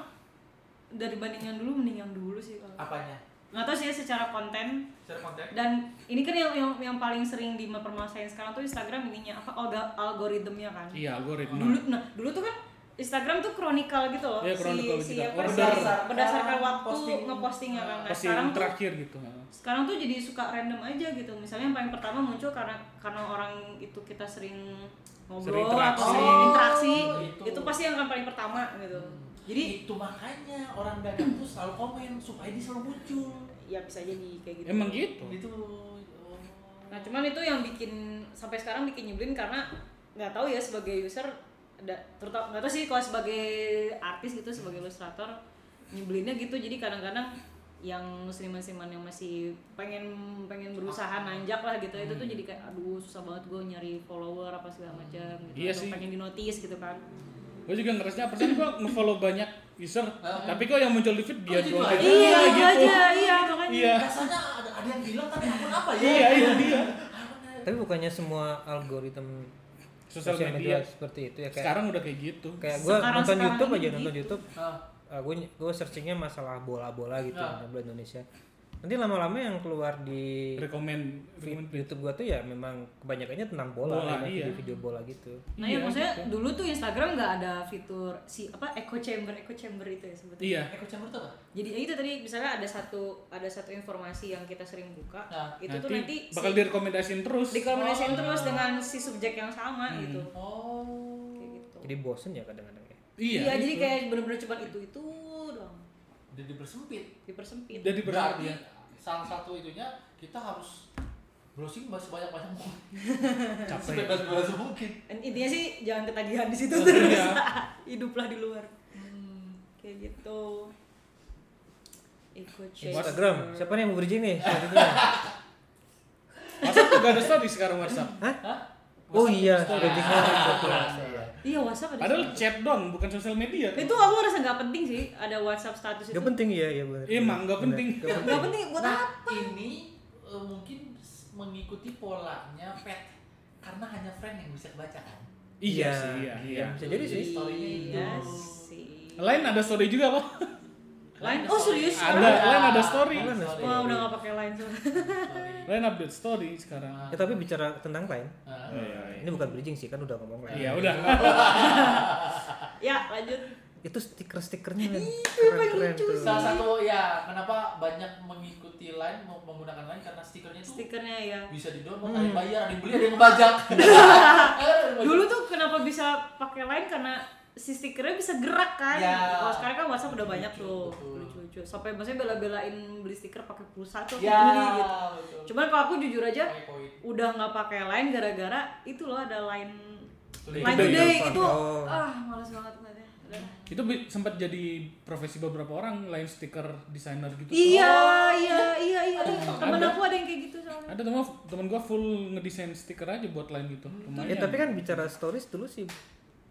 S4: dari banding yang dulu mending yang dulu sih kalau.
S2: apanya?
S4: nggak tahu sih ya secara konten
S2: Secara konten.
S4: dan ini kan yang yang, yang paling sering dipermasalahin sekarang tuh Instagram ininya apa alga- algoritmnya kan
S3: Iya algoritma.
S4: dulu nah dulu tuh kan Instagram tuh kronikal gitu loh
S3: Iya, kronikal
S4: si, si
S3: gitu.
S4: apa sih,
S3: Order.
S4: berdasarkan
S2: Ah,
S4: waktu
S2: posting.
S4: ngepostingnya kan nah,
S3: Pasti
S4: sekarang
S3: yang
S4: tuh
S3: terakhir gitu.
S4: sekarang tuh jadi suka random aja gitu misalnya yang paling pertama muncul karena karena orang itu kita sering
S3: Sering
S4: ngobrol
S3: interaksi.
S4: atau sering
S2: Oh,
S4: interaksi
S2: gitu. Hmm.
S4: itu pasti yang akan paling pertama gitu jadi
S2: itu makanya orang dagang tuh selalu komen supaya dia selalu muncul.
S4: ya bisa jadi kayak gitu
S3: Emang gitu.
S2: Gitu.
S4: nah cuman itu yang bikin sampai sekarang bikin nyebelin karena nggak tahu ya sebagai user ada terutama nggak tahu sih kalau sebagai artis gitu sebagai ilustrator nyebelinnya gitu jadi kadang-kadang yang musliman-musliman yang masih pengen
S3: Ah.
S4: pengen berusaha nanjak lah gitu itu tuh
S3: Hmm.
S4: jadi kayak aduh susah banget gue nyari follower apa segala macam gitu
S3: Iya
S4: Atau
S3: sih.
S4: pengen di notice gitu kan
S3: Gue juga ngerasnya persen gue ngefollow banyak user, tapi kok yang muncul di feed dia
S2: Oh, gitu
S3: doang
S2: aja.
S3: aja
S4: iya
S3: gitu.
S4: aja iya makanya
S3: Iya.
S2: Rasanya ada, ada yang bilang tapi akun apa ya?
S3: Iya, itu dia.
S1: Tapi bukannya semua algoritma
S3: Sosial
S1: sosial
S3: media.
S1: media seperti itu ya kayak
S3: Sekarang udah kayak gitu.
S1: kayak gue nonton
S4: Sekarang-sekarang
S1: YouTube aja
S4: ini
S1: nonton
S4: gitu.
S1: YouTube
S2: Ah,
S1: gue gue searchingnya masalah bola-bola gitu
S2: Ah.
S1: bola Indonesia nanti lama-lama yang keluar di
S3: Rekomen, rekomen
S1: vi- YouTube gue tuh ya memang kebanyakannya tentang bola,
S3: Bola,
S1: ya,
S3: iya.
S1: video-video bola gitu
S4: nah ya maksudnya
S3: gitu.
S4: dulu tuh Instagram nggak ada fitur si apa echo chamber echo chamber itu ya sebetulnya
S3: Iya.
S2: echo chamber tuh apa?
S4: jadi ya itu tadi misalnya ada satu ada satu informasi yang kita sering buka
S2: Nah,
S4: itu tuh nanti
S3: bakal
S4: si,
S3: direkomendasiin terus.
S4: direkomendasiin terus dengan si subjek yang sama gitu
S2: Oh.
S4: kayak gitu
S1: jadi bosen ya kadang-kadang ya
S3: Iya.
S4: iya jadi
S3: gitu.
S4: kayak bener-bener cuma itu itu doang
S2: Jadi bersempit.
S4: dipersempit
S3: jadi berarti
S2: Berarti salah satu itunya kita harus browsing sebanyak banyak mungkin.
S3: capek.
S2: Sebebas bebas mungkin.
S4: Dan intinya sih jangan ketagihan di situ
S3: Iya.
S4: terus hiduplah di luar kayak gitu ikut
S1: Instagram siapa nih yang mau bridging
S3: Ah.
S1: nih selanjutnya?
S3: WhatsApp tuh gak ada story sekarang WhatsApp.
S1: oh iya bridging
S2: Nah,
S4: iya WhatsApp ada
S3: Padahal chat dong, bukan sosial media.
S4: itu aku ngerasa nggak penting sih ada WhatsApp status itu
S1: gak penting ya ya bener
S3: Emang nggak penting.
S1: Nggak penting.
S4: nggak penting buat apa
S2: Nah, ini eh, mungkin s- mengikuti polanya pet karena hanya friend yang bisa kebaca kan.
S3: Iya sih, iya. iya.
S1: bisa jadi sih
S2: story-nya itu.
S4: iya sih
S3: Lain ada story juga kok.
S4: Lain- oh, serius?
S3: Ada, lain ada story.
S2: Lain ada story.
S4: Wah udah gak pakai line soalnya.
S2: Story.
S3: Lain update story sekarang.
S1: ya tapi bicara tentang lain
S2: Ah.
S3: Iya,
S1: ini bukan bridging sih kan udah ngomong lain
S3: Iya, udah.
S4: Ya lanjut.
S1: itu stiker-stikernya men.
S4: paling
S1: keren-keren
S4: lucu
S1: tuh
S2: Salah satu ya kenapa banyak mengikuti line mau menggunakan line karena stikernya itu
S4: Stikernya ya.
S2: bisa di download, ada yang bayar, ada yang beli, ada yang ngebajak.
S4: Dulu tuh kenapa bisa pakai line karena si stikernya bisa gerak kan?
S2: Ya.
S4: Kalau sekarang kan WhatsApp udah banyak
S2: Lucu,
S4: tuh
S2: betul.
S4: lucu-lucu. Sampai maksudnya bela-belain beli stiker pakai pulsa tuh
S2: ya,
S4: beli gitu.
S2: betul.
S4: Cuman kalau aku jujur aja
S2: Pakai koin.
S4: udah nggak pakai line gara-gara itu loh ada line
S2: Tulis.
S4: line
S3: Today.
S4: today
S2: ya,
S4: itu
S1: Oh.
S4: ah malas banget ngeliatnya. Udah.
S3: Itu bi- sempat jadi profesi beberapa orang, lain stiker desainer gitu.
S4: Iya, iya, iya, iya. Temen
S3: Ada.
S4: aku ada yang kayak gitu soalnya.
S3: Ada teman teman gua full ngedesain stiker aja buat lain gitu.
S1: Ya
S3: Lumayan.
S1: tapi kan bicara stories dulu sih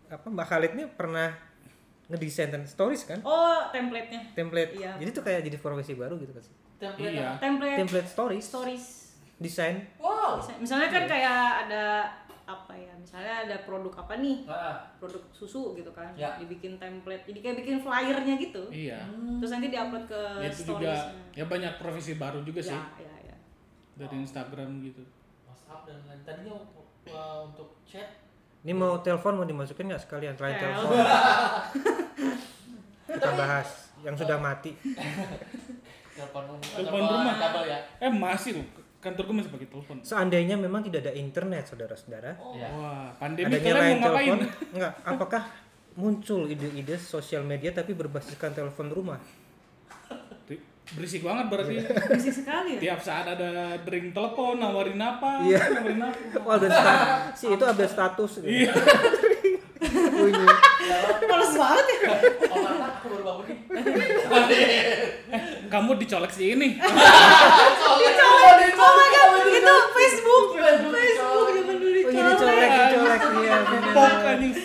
S1: apa Mbak Khalid nih pernah ngedesain dan stories kan?
S4: Oh, template-nya.
S1: Template.
S4: Iya. Eh.
S1: Jadi tuh kayak jadi profesi baru gitu kan.
S2: Template
S3: Iya.
S4: Template
S1: Template stories,
S4: stories.
S1: desain.
S2: Wow.
S4: Misalnya- misalnya kan
S3: Iya.
S4: kayak ada apa ya misalnya ada produk apa nih
S2: Ah,
S4: produk susu gitu kan
S2: Ya.
S4: dibikin template jadi kayak bikin flyernya gitu
S3: Iya.
S4: terus nanti diupload ke
S3: itu juga
S4: storiesnya
S3: ya banyak profesi baru juga sih
S4: ya ya ya
S3: dari Instagram gitu.
S2: WhatsApp dan lain tadinya uh, untuk chat.
S1: Ini mau telepon mau dimasukin nggak sekalian terakhir
S4: Ya,
S1: telepon? Kita bahas yang sudah mati.
S2: Telepon rumah.
S3: Telepon rumah.
S2: Kabel ya.
S3: Eh masih loh, kantor gue masih pakai telepon.
S1: Seandainya memang tidak ada internet, saudara-saudara,
S4: Oh.
S2: Ya.
S3: Wah, pandemi
S1: adanya
S3: kalian
S1: line
S3: mau ngapain?
S1: telepon, nggak? Apakah muncul ide-ide sosial media tapi berbasiskan telepon rumah?
S3: Berisik banget berarti.
S4: Berisik sekali ya
S3: Tiap saat ada ring telepon, nawarin apa,
S1: Iya.
S3: nawarin apa.
S1: Oh, update status. Si itu update status. gitu.
S3: Iya.
S1: Bunyi.
S4: males banget ya
S3: Iya.
S2: Oh, karena aku baru bangun nih.
S3: Kamu dicolek si ini. Iya.
S4: dicolek oh my god itu Facebook Facebook zaman dulu
S1: Oh, jadi colek,
S4: dicolek
S1: colek iya. bener.
S3: Pok anjing.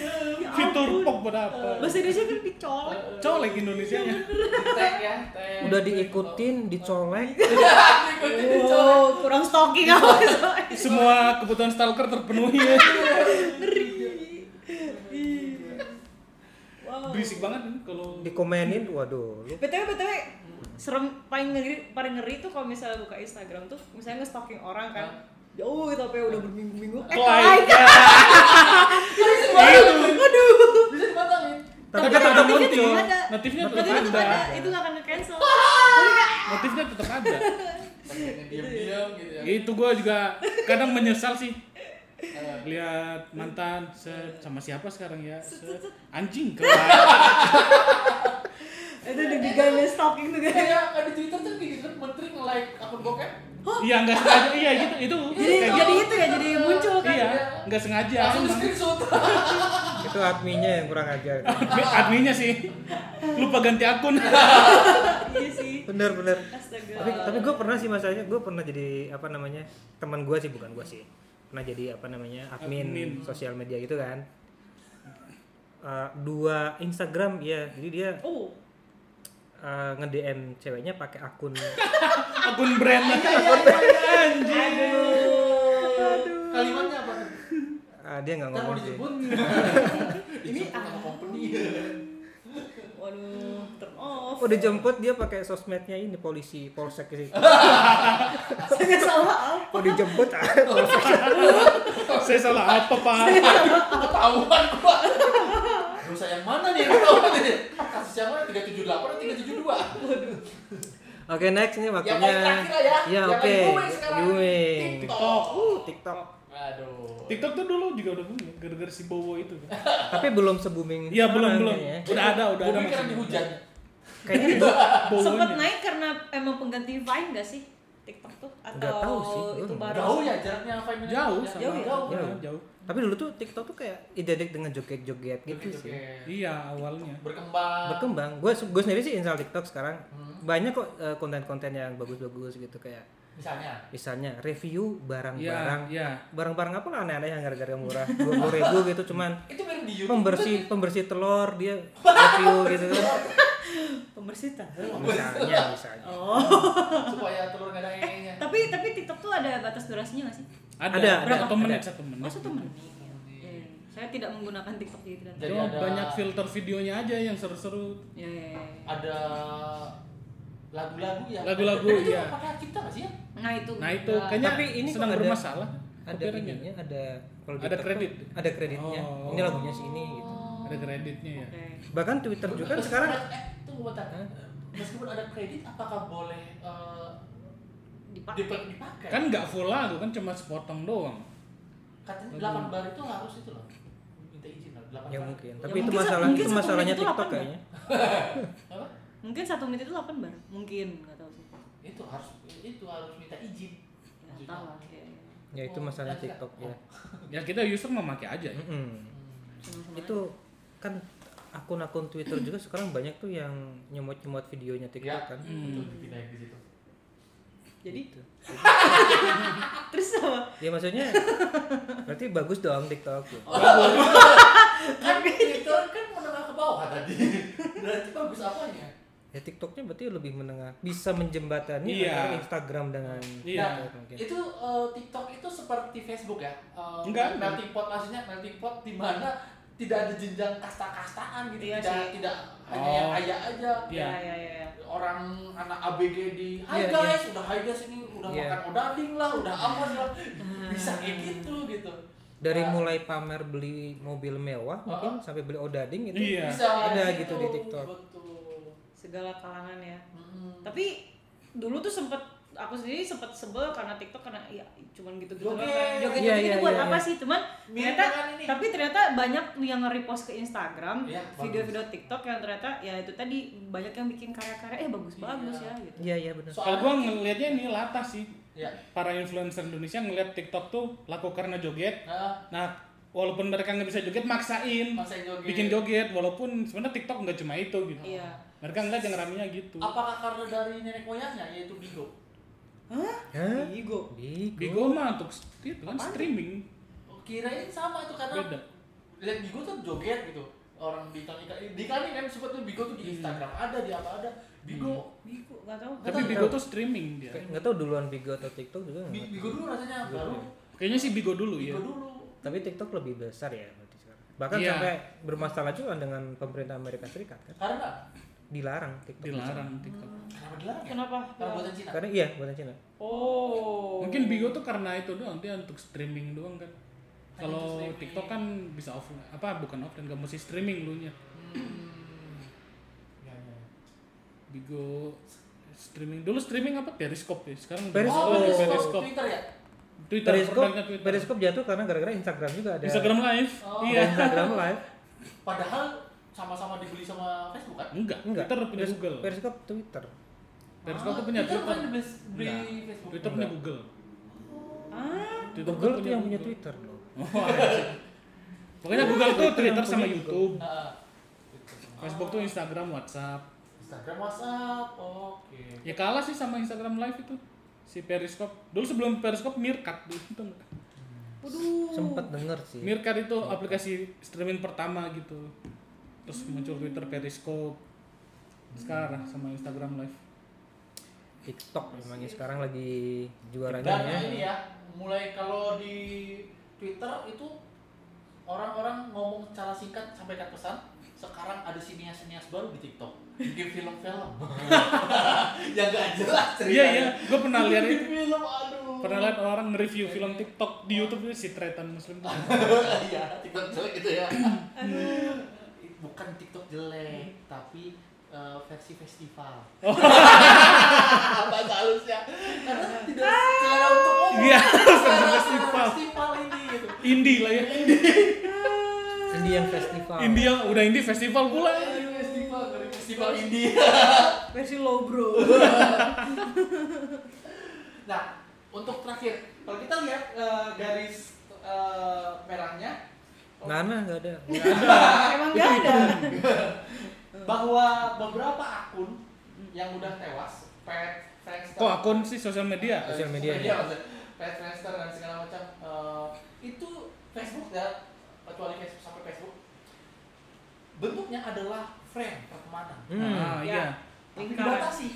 S3: Fitur pok berapa?
S4: bahasa Indonesia kan dicolek
S3: Colek Indonesia nya.
S2: Tag ya, tag.
S4: Iya.
S1: Udah diikutin, dicolek.
S3: Iya.
S2: Diikutin dicolek.
S4: oh kurang stalking apa
S3: Semua kebutuhan stalker terpenuhi.
S4: wow
S3: Iya. Berisik banget ini kalau
S1: dikomenin waduh lu
S4: btw btw serem paling ngeri paling ngeri tuh kalau misalnya buka Instagram tuh misalnya nge-stalking orang kan jauh gitu apa ya udah berminggu-minggu eh
S3: Like.
S4: like aduh
S2: Bisa dibatangin.
S1: Tapi
S3: tetap ada
S1: notifnya
S3: muncul.
S1: tetap
S4: ada.
S3: Notifnya
S4: Tapi
S3: tetap
S4: tetap
S3: ada.
S4: ada itu gak akan nge-cancel
S3: Notifnya tetap ada.
S2: Pengen diam-diam gitu
S4: Iya.
S2: ya.
S3: Itu gue juga kadang menyesal sih
S2: Eh,
S3: lihat mantan set sama siapa sekarang ya set. anjing kau
S4: itu deg-degannya stalking tuh kan
S2: Kayak Eh, ya, ada di Twitter tuh kayak gitu kan menteri nge-like akun bokep.
S3: iya nggak sengaja iya gitu itu
S4: jadi
S3: kayak
S4: jadi
S3: gitu
S4: itu ya jadi muncul kan
S3: iya nggak sengaja
S2: Langsung di
S3: emang.
S2: screenshot.
S1: itu adminnya yang kurang ajar
S3: adminnya sih lupa ganti akun
S4: iya sih
S1: bener bener
S4: astaga
S1: tapi tapi gue pernah sih masalahnya gue pernah jadi apa namanya teman gue sih bukan gue sih pernah jadi apa namanya admin,
S3: Admin.
S1: sosial media gitu kan Eh, dua Instagram ya jadi dia
S4: oh
S1: eh, nge-DM ceweknya pakai akun Eh,
S3: akun brand
S4: Iya, aduh
S2: Kalimatnya apa?
S1: Eh, dia nggak
S2: Ntar mau
S1: ngomong sih
S2: disebut.
S4: Ini
S2: Disebut sama
S4: apa?
S2: company.
S4: waduh turn off
S1: udah jemput dia pakai sosmednya ini polisi polsek ke situ
S4: saya salah apa
S1: oh dijemput ah.
S3: saya salah apa pak
S2: Ketahuan gua. Dosa yang mana nih? yang Ketahuan nih. Kasus yang mana? 378 atau 372?
S1: oke next ini
S2: Yang paling
S1: waktunya
S2: terakhir lah ya.
S1: ya
S2: Yang
S1: oke
S2: paling booming sekarang.
S1: Booming.
S2: TikTok.
S1: Uh, TikTok
S2: Aduh.
S3: TikTok tuh dulu juga udah punya gara-gara si Bowo itu kan.
S1: tapi belum sebuming
S3: Iya belum
S1: sekarang
S3: belum.
S1: kayaknya.
S3: Udah ada udah ada
S2: Gua mikir
S3: maksudnya.
S2: dihujat.
S1: kayaknya
S4: sempat
S3: Bowonya.
S4: naik karena emang pengganti Vine gak sih TikTok tuh
S1: Nggak
S4: atau
S1: tahu sih, gua
S4: itu
S1: nggak
S4: baru
S2: Jauh ya jaraknya Vine ini?
S3: Jauh sama
S4: Jauh
S2: Jauh.
S4: ya?
S3: Jauh.
S1: Jauh.
S3: jauh.
S1: tapi dulu tuh TikTok tuh kayak identik dengan joget-joget gitu
S2: Oke,
S1: sih
S2: oke.
S3: Iya awalnya.
S2: Berkembang.
S1: berkembang gue gue sendiri sih install TikTok sekarang
S2: Hmm.
S1: banyak kok eh, konten-konten yang bagus-bagus gitu kayak
S2: Misalnya.
S1: misalnya
S3: Iya
S1: review barang-barang
S3: iya.
S1: barang-barang apa lah aneh-aneh yang gara-gara murah dua ribu gitu cuman
S2: Itu mirip di YouTube.
S1: pembersih pembersih telur dia review gitu kan
S4: pembersih tahu.
S1: misalnya misalnya
S2: supaya telur nggak ada enya.
S4: tapi tapi TikTok tuh ada batas durasinya gak sih
S3: Ada,
S1: Ada,
S3: berapa
S1: ada,
S3: menit
S1: ada.
S3: satu menit.
S4: oh satu menit Ya, ya, ya. saya tidak menggunakan TikTok jadi tidak tahu.
S2: Jadi
S3: Cuma
S2: ada-
S3: banyak filter videonya aja yang seru-seru.
S4: ya ya, ya, ya.
S2: Ada lagu-lagu ya.
S3: Lagu-lagu,
S2: Itu
S3: iya.
S2: Pakai hak cipta nggak sih ya?
S4: nah itu
S3: Nah itu
S4: juga.
S3: kayaknya
S1: Tapi ini
S3: sedang
S1: kok ada-
S3: bermasalah.
S1: ada
S3: Copyright-nya.
S1: ininya ada kalau di
S3: Ada
S1: TikTok
S3: kredit.
S1: tuh ada kreditnya
S3: Oh.
S1: ini lagunya si ini gitu
S3: Ada kreditnya ya.
S4: Oke.
S1: bahkan Twitter juga kan sekarang
S2: Eh, tunggu bentar.
S1: Hah?
S2: Meskipun ada kredit, apakah boleh eh,
S4: dipakai
S2: dip- dipakai?
S3: Kan nggak full lagu kan cuma sepotong doang.
S2: Katanya
S3: Lagu.
S2: delapan bar itu harus itu loh. Minta izin loh. Delapan
S1: ya
S2: bar.
S1: mungkin
S2: Ya
S1: tapi itu
S4: mungkin sa-
S1: masalah
S4: mungkin
S1: itu
S4: satu
S1: masalahnya
S4: menit itu
S1: TikTok
S4: delapan
S1: kayaknya
S2: Apa?
S4: mungkin satu menit itu 8 bar mungkin nggak tahu sih
S2: Itu harus itu harus minta izin. Gitu.
S4: nggak tahu lah ya, ya.
S1: ya itu
S2: Oh,
S1: masalah
S2: ada.
S1: TikTok ya
S3: Ya kita user memakai aja ya.
S1: Mm-mm.
S2: Hmm.
S4: Sama-sama
S1: itu kan akun-akun Twitter juga sekarang banyak tuh yang nyemot-nyemot videonya TikTok
S2: Ya.
S1: kan
S2: Itu dipindahin ke situ.
S4: aja. jadi terus apa
S1: ya maksudnya berarti bagus dong TikTok gitu.
S2: Kan itu kan menengah ke bawah tadi. Berarti bagus apanya?
S1: ya TikToknya berarti lebih menengah bisa menjembatani
S3: Iya.
S1: antara Instagram dengan
S3: Iya.
S1: TikTok mungkin.
S2: Nah, Itu eh, TikTok itu seperti Facebook ya? Eh,
S3: Enggak, enggak.
S2: Melting pot maksudnya melting pot di mana tidak ada jenjang kasta-kastaan gitu.
S4: Iya
S2: tidak
S4: sih.
S2: tidak hanya yang
S3: Oh.
S2: kaya aja.
S3: Iya.
S4: ya ya ya, ya.
S2: Orang anak ABG di Hai
S1: Iya,
S2: guys, udah Hai guys ini udah
S1: Iya.
S2: makan odading lah, udah apa lah. Bisa kayak gitu gitu.
S1: dari
S2: Nah,
S1: mulai pamer beli mobil mewah mungkin sampai beli odading itu
S3: Iya.
S2: bisa Iya,
S1: ada
S2: di
S1: gitu
S2: situ,
S1: di TikTok.
S2: Betul.
S4: segala kalangan ya
S2: Hmm.
S4: tapi dulu tuh sempet aku sendiri sempet sebel karena TikTok karena ya cuman gitu gitu
S2: Joget.
S4: joget
S1: Iya,
S4: joget
S1: iya,
S4: itu buat
S1: iya,
S4: apa
S1: iya.
S4: sih cuman
S2: Mirip
S4: ternyata
S2: dengan ini.
S4: tapi ternyata banyak yang nge-repost ke Instagram
S2: Iya,
S4: video-video TikTok yang ternyata ya itu tadi banyak yang bikin karya-karya eh bagus-bagus
S2: Iya.
S4: ya gitu
S1: iya iya benar
S3: Kalau gua ngelihatnya ini latah sih.
S2: ya.
S3: Para influencer Indonesia ngelihat TikTok tuh laku karena joget.
S2: Nah,
S3: Nah, walaupun mereka nggak bisa joget maksain.
S2: masa yang joget.
S3: bikin joget walaupun sebenarnya TikTok nggak cuma itu gitu.
S4: iya
S3: Mereka ngeliat yang ramenya gitu.
S2: Apakah karena dari nenek moyangnya yaitu Bigo?
S1: Hah?
S4: Bigo
S1: Bigo.
S3: Bigo mah untuk st- itu kan streaming
S2: Oh, kirain sama itu karena
S3: Beda.
S2: lihat Bigo tuh joget gitu orang di iklan iklan di iklan kan sempat tuh Bigo
S3: Iya.
S2: tuh di Instagram ada di apa ada Bigo
S4: Bigo nggak tahu
S3: Tapi
S1: tahu.
S3: Bigo tuh streaming dia.
S1: nggak tahu duluan Bigo atau TikTok juga nggak
S2: Bi-
S1: ngerti.
S2: Bigo dulu rasanya
S3: Iya,
S2: baru
S3: Kayaknya sih Bigo dulu ya.
S2: Bigo dulu
S1: tapi TikTok lebih besar ya berarti sekarang bahkan
S3: Iya.
S1: sampai bermasalah juga dengan pemerintah Amerika Serikat kan
S2: karena
S1: dilarang TikTok di sana.
S3: dilarang TikTok.
S2: Kenapa dilarang ya?
S4: Kenapa?
S2: Karena buatan Cina.
S1: Karena iya buatan Cina.
S4: Oh.
S3: Mungkin Bigo tuh karena itu doang dia untuk streaming doang kan. Kalau
S2: streaming.
S3: TikTok kan bisa offline, apa bukan offline, gak mesti streaming lu nya.
S2: Hmm. Ya,
S3: Iya,
S2: ya.
S3: Bigo streaming dulu streaming apa Periscope ya sekarang udah-
S1: Periscope.
S2: Oh,
S3: Oh,
S2: Periscope. Twitter ya?
S3: Twitter
S1: Periscope,
S3: produknya Twitter.
S1: Periscope jatuh karena gara-gara Instagram juga ada.
S3: Instagram live
S2: Oh.
S1: Ada
S3: iya
S1: Instagram live.
S2: Padahal sama-sama dibeli sama Facebook kan?
S3: enggak,
S1: Enggak.
S3: Twitter punya
S1: Peris-
S3: Google
S1: Periscope Twitter.
S3: Periscope
S2: Ah,
S3: punya
S2: Twitter
S3: Twitter
S2: bukan dibeli, beli
S3: Enggak.
S2: Facebook.
S3: Twitter punya Google
S4: Ah.
S3: Twitter
S1: Google
S3: kan
S1: tuh yang punya
S3: Google.
S1: Twitter loh.
S3: Oh, anjing. pokoknya Google tuh
S1: Twitter
S3: Twitter
S1: yang
S3: sama
S1: punya
S3: YouTube
S2: Ah,
S3: Facebook tuh Instagram WhatsApp
S2: Instagram, WhatsApp. Oke.
S3: ya kalah sih sama Instagram live itu si Periscope dulu sebelum Periscope Meerkat dulu itu
S4: Waduh.
S1: Sempat denger sih.
S3: Meerkat itu aplikasi streaming pertama gitu terus muncul Twitter Periscope sekarang sama Instagram live
S1: TikTok memangnya sekarang lagi
S3: Nah,
S2: Dan
S1: juaranya
S2: ini
S1: ya.
S2: ya, mulai kalau di Twitter itu orang-orang ngomong cara singkat sampaikan pesan. Sekarang ada sinias-sinias baru di TikTok, bikin film-film. yang gak Ya, jelas ceritanya.
S3: Iya iya, gue pernah lihat
S2: Bikin
S3: itu.
S2: film, aduh.
S3: Pernah lihat orang nge-review film TikTok di YouTube itu si Tretan Muslim. tuh.
S2: Iya, TikTok jelek itu ya. Bukan TikTok jelek, tapi eh, versi festival.
S3: Oh.
S2: Bahasa halusnya. Karena tidak selera untuk umum.
S3: Iya,
S2: Selera
S3: festival.
S2: festival ini gitu.
S3: Indie lah ya.
S1: Sendi yang festival.
S3: Indie yang- udah indie festival pula.
S2: Dari festival, gitu. dari festival India.
S4: Versi low bro.
S2: Nah, untuk terakhir, kalau kita lihat eh, garis eh, merahnya
S1: Nana nggak ada.
S4: Emang gak ada.
S2: bahwa beberapa akun yang udah tewas, pet, friendster,
S3: Kok akun sih sosial
S2: eh,
S3: media?
S1: Sosial media, ya.
S2: maksudnya, pet, friendster dan segala macam eh, itu Facebook ya, kecuali Facebook sampai Facebook bentuknya adalah friend pertemanan,
S1: Hmm.
S3: Ah iya.
S2: tapi
S4: Lingkaran.
S2: dibatasi.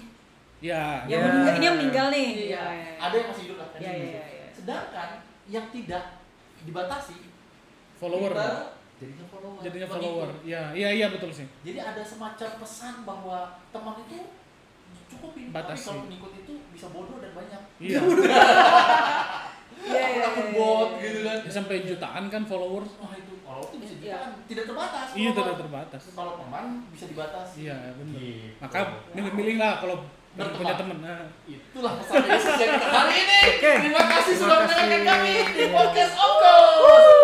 S3: Iya.
S4: Yang
S1: Ya.
S4: meninggal ini yang meninggal nih.
S2: Iya, ada yang masih hidup lah. kan?
S4: Iya, iya, iya, iya.
S2: Sedangkan yang tidak dibatasi
S3: Follower.
S2: Twitter jadinya follower.
S3: Jadinya
S2: Mengikut.
S3: follower. Iya, iya iya betul sih.
S2: Jadi ada semacam pesan bahwa teman itu cukupin,
S3: Batasi.
S2: tapi kalau pengikut itu bisa bodoh dan banyak.
S3: Iya.
S4: Iya, iya,
S2: Akun
S4: iya,
S2: bot
S4: iya.
S2: gitu kan.
S3: Ya, sampai jutaan kan follower.
S2: Oh itu kalau itu bisa
S4: Iya.
S2: jutaan, tidak terbatas.
S3: Iya
S2: Kalau-
S3: tidak terbatas.
S2: Kalau teman bisa dibatasi.
S3: Iya benar.
S2: Gitu.
S3: Maka milih-milih lah kalau
S2: Berteman.
S3: punya temen. Nah,
S2: Itulah pesan Yesus yang kita hari ini.
S1: Oke.
S2: Terima kasih
S1: Terima
S2: sudah mendengarkan
S1: kasih.
S2: kami di podcast Omnibus.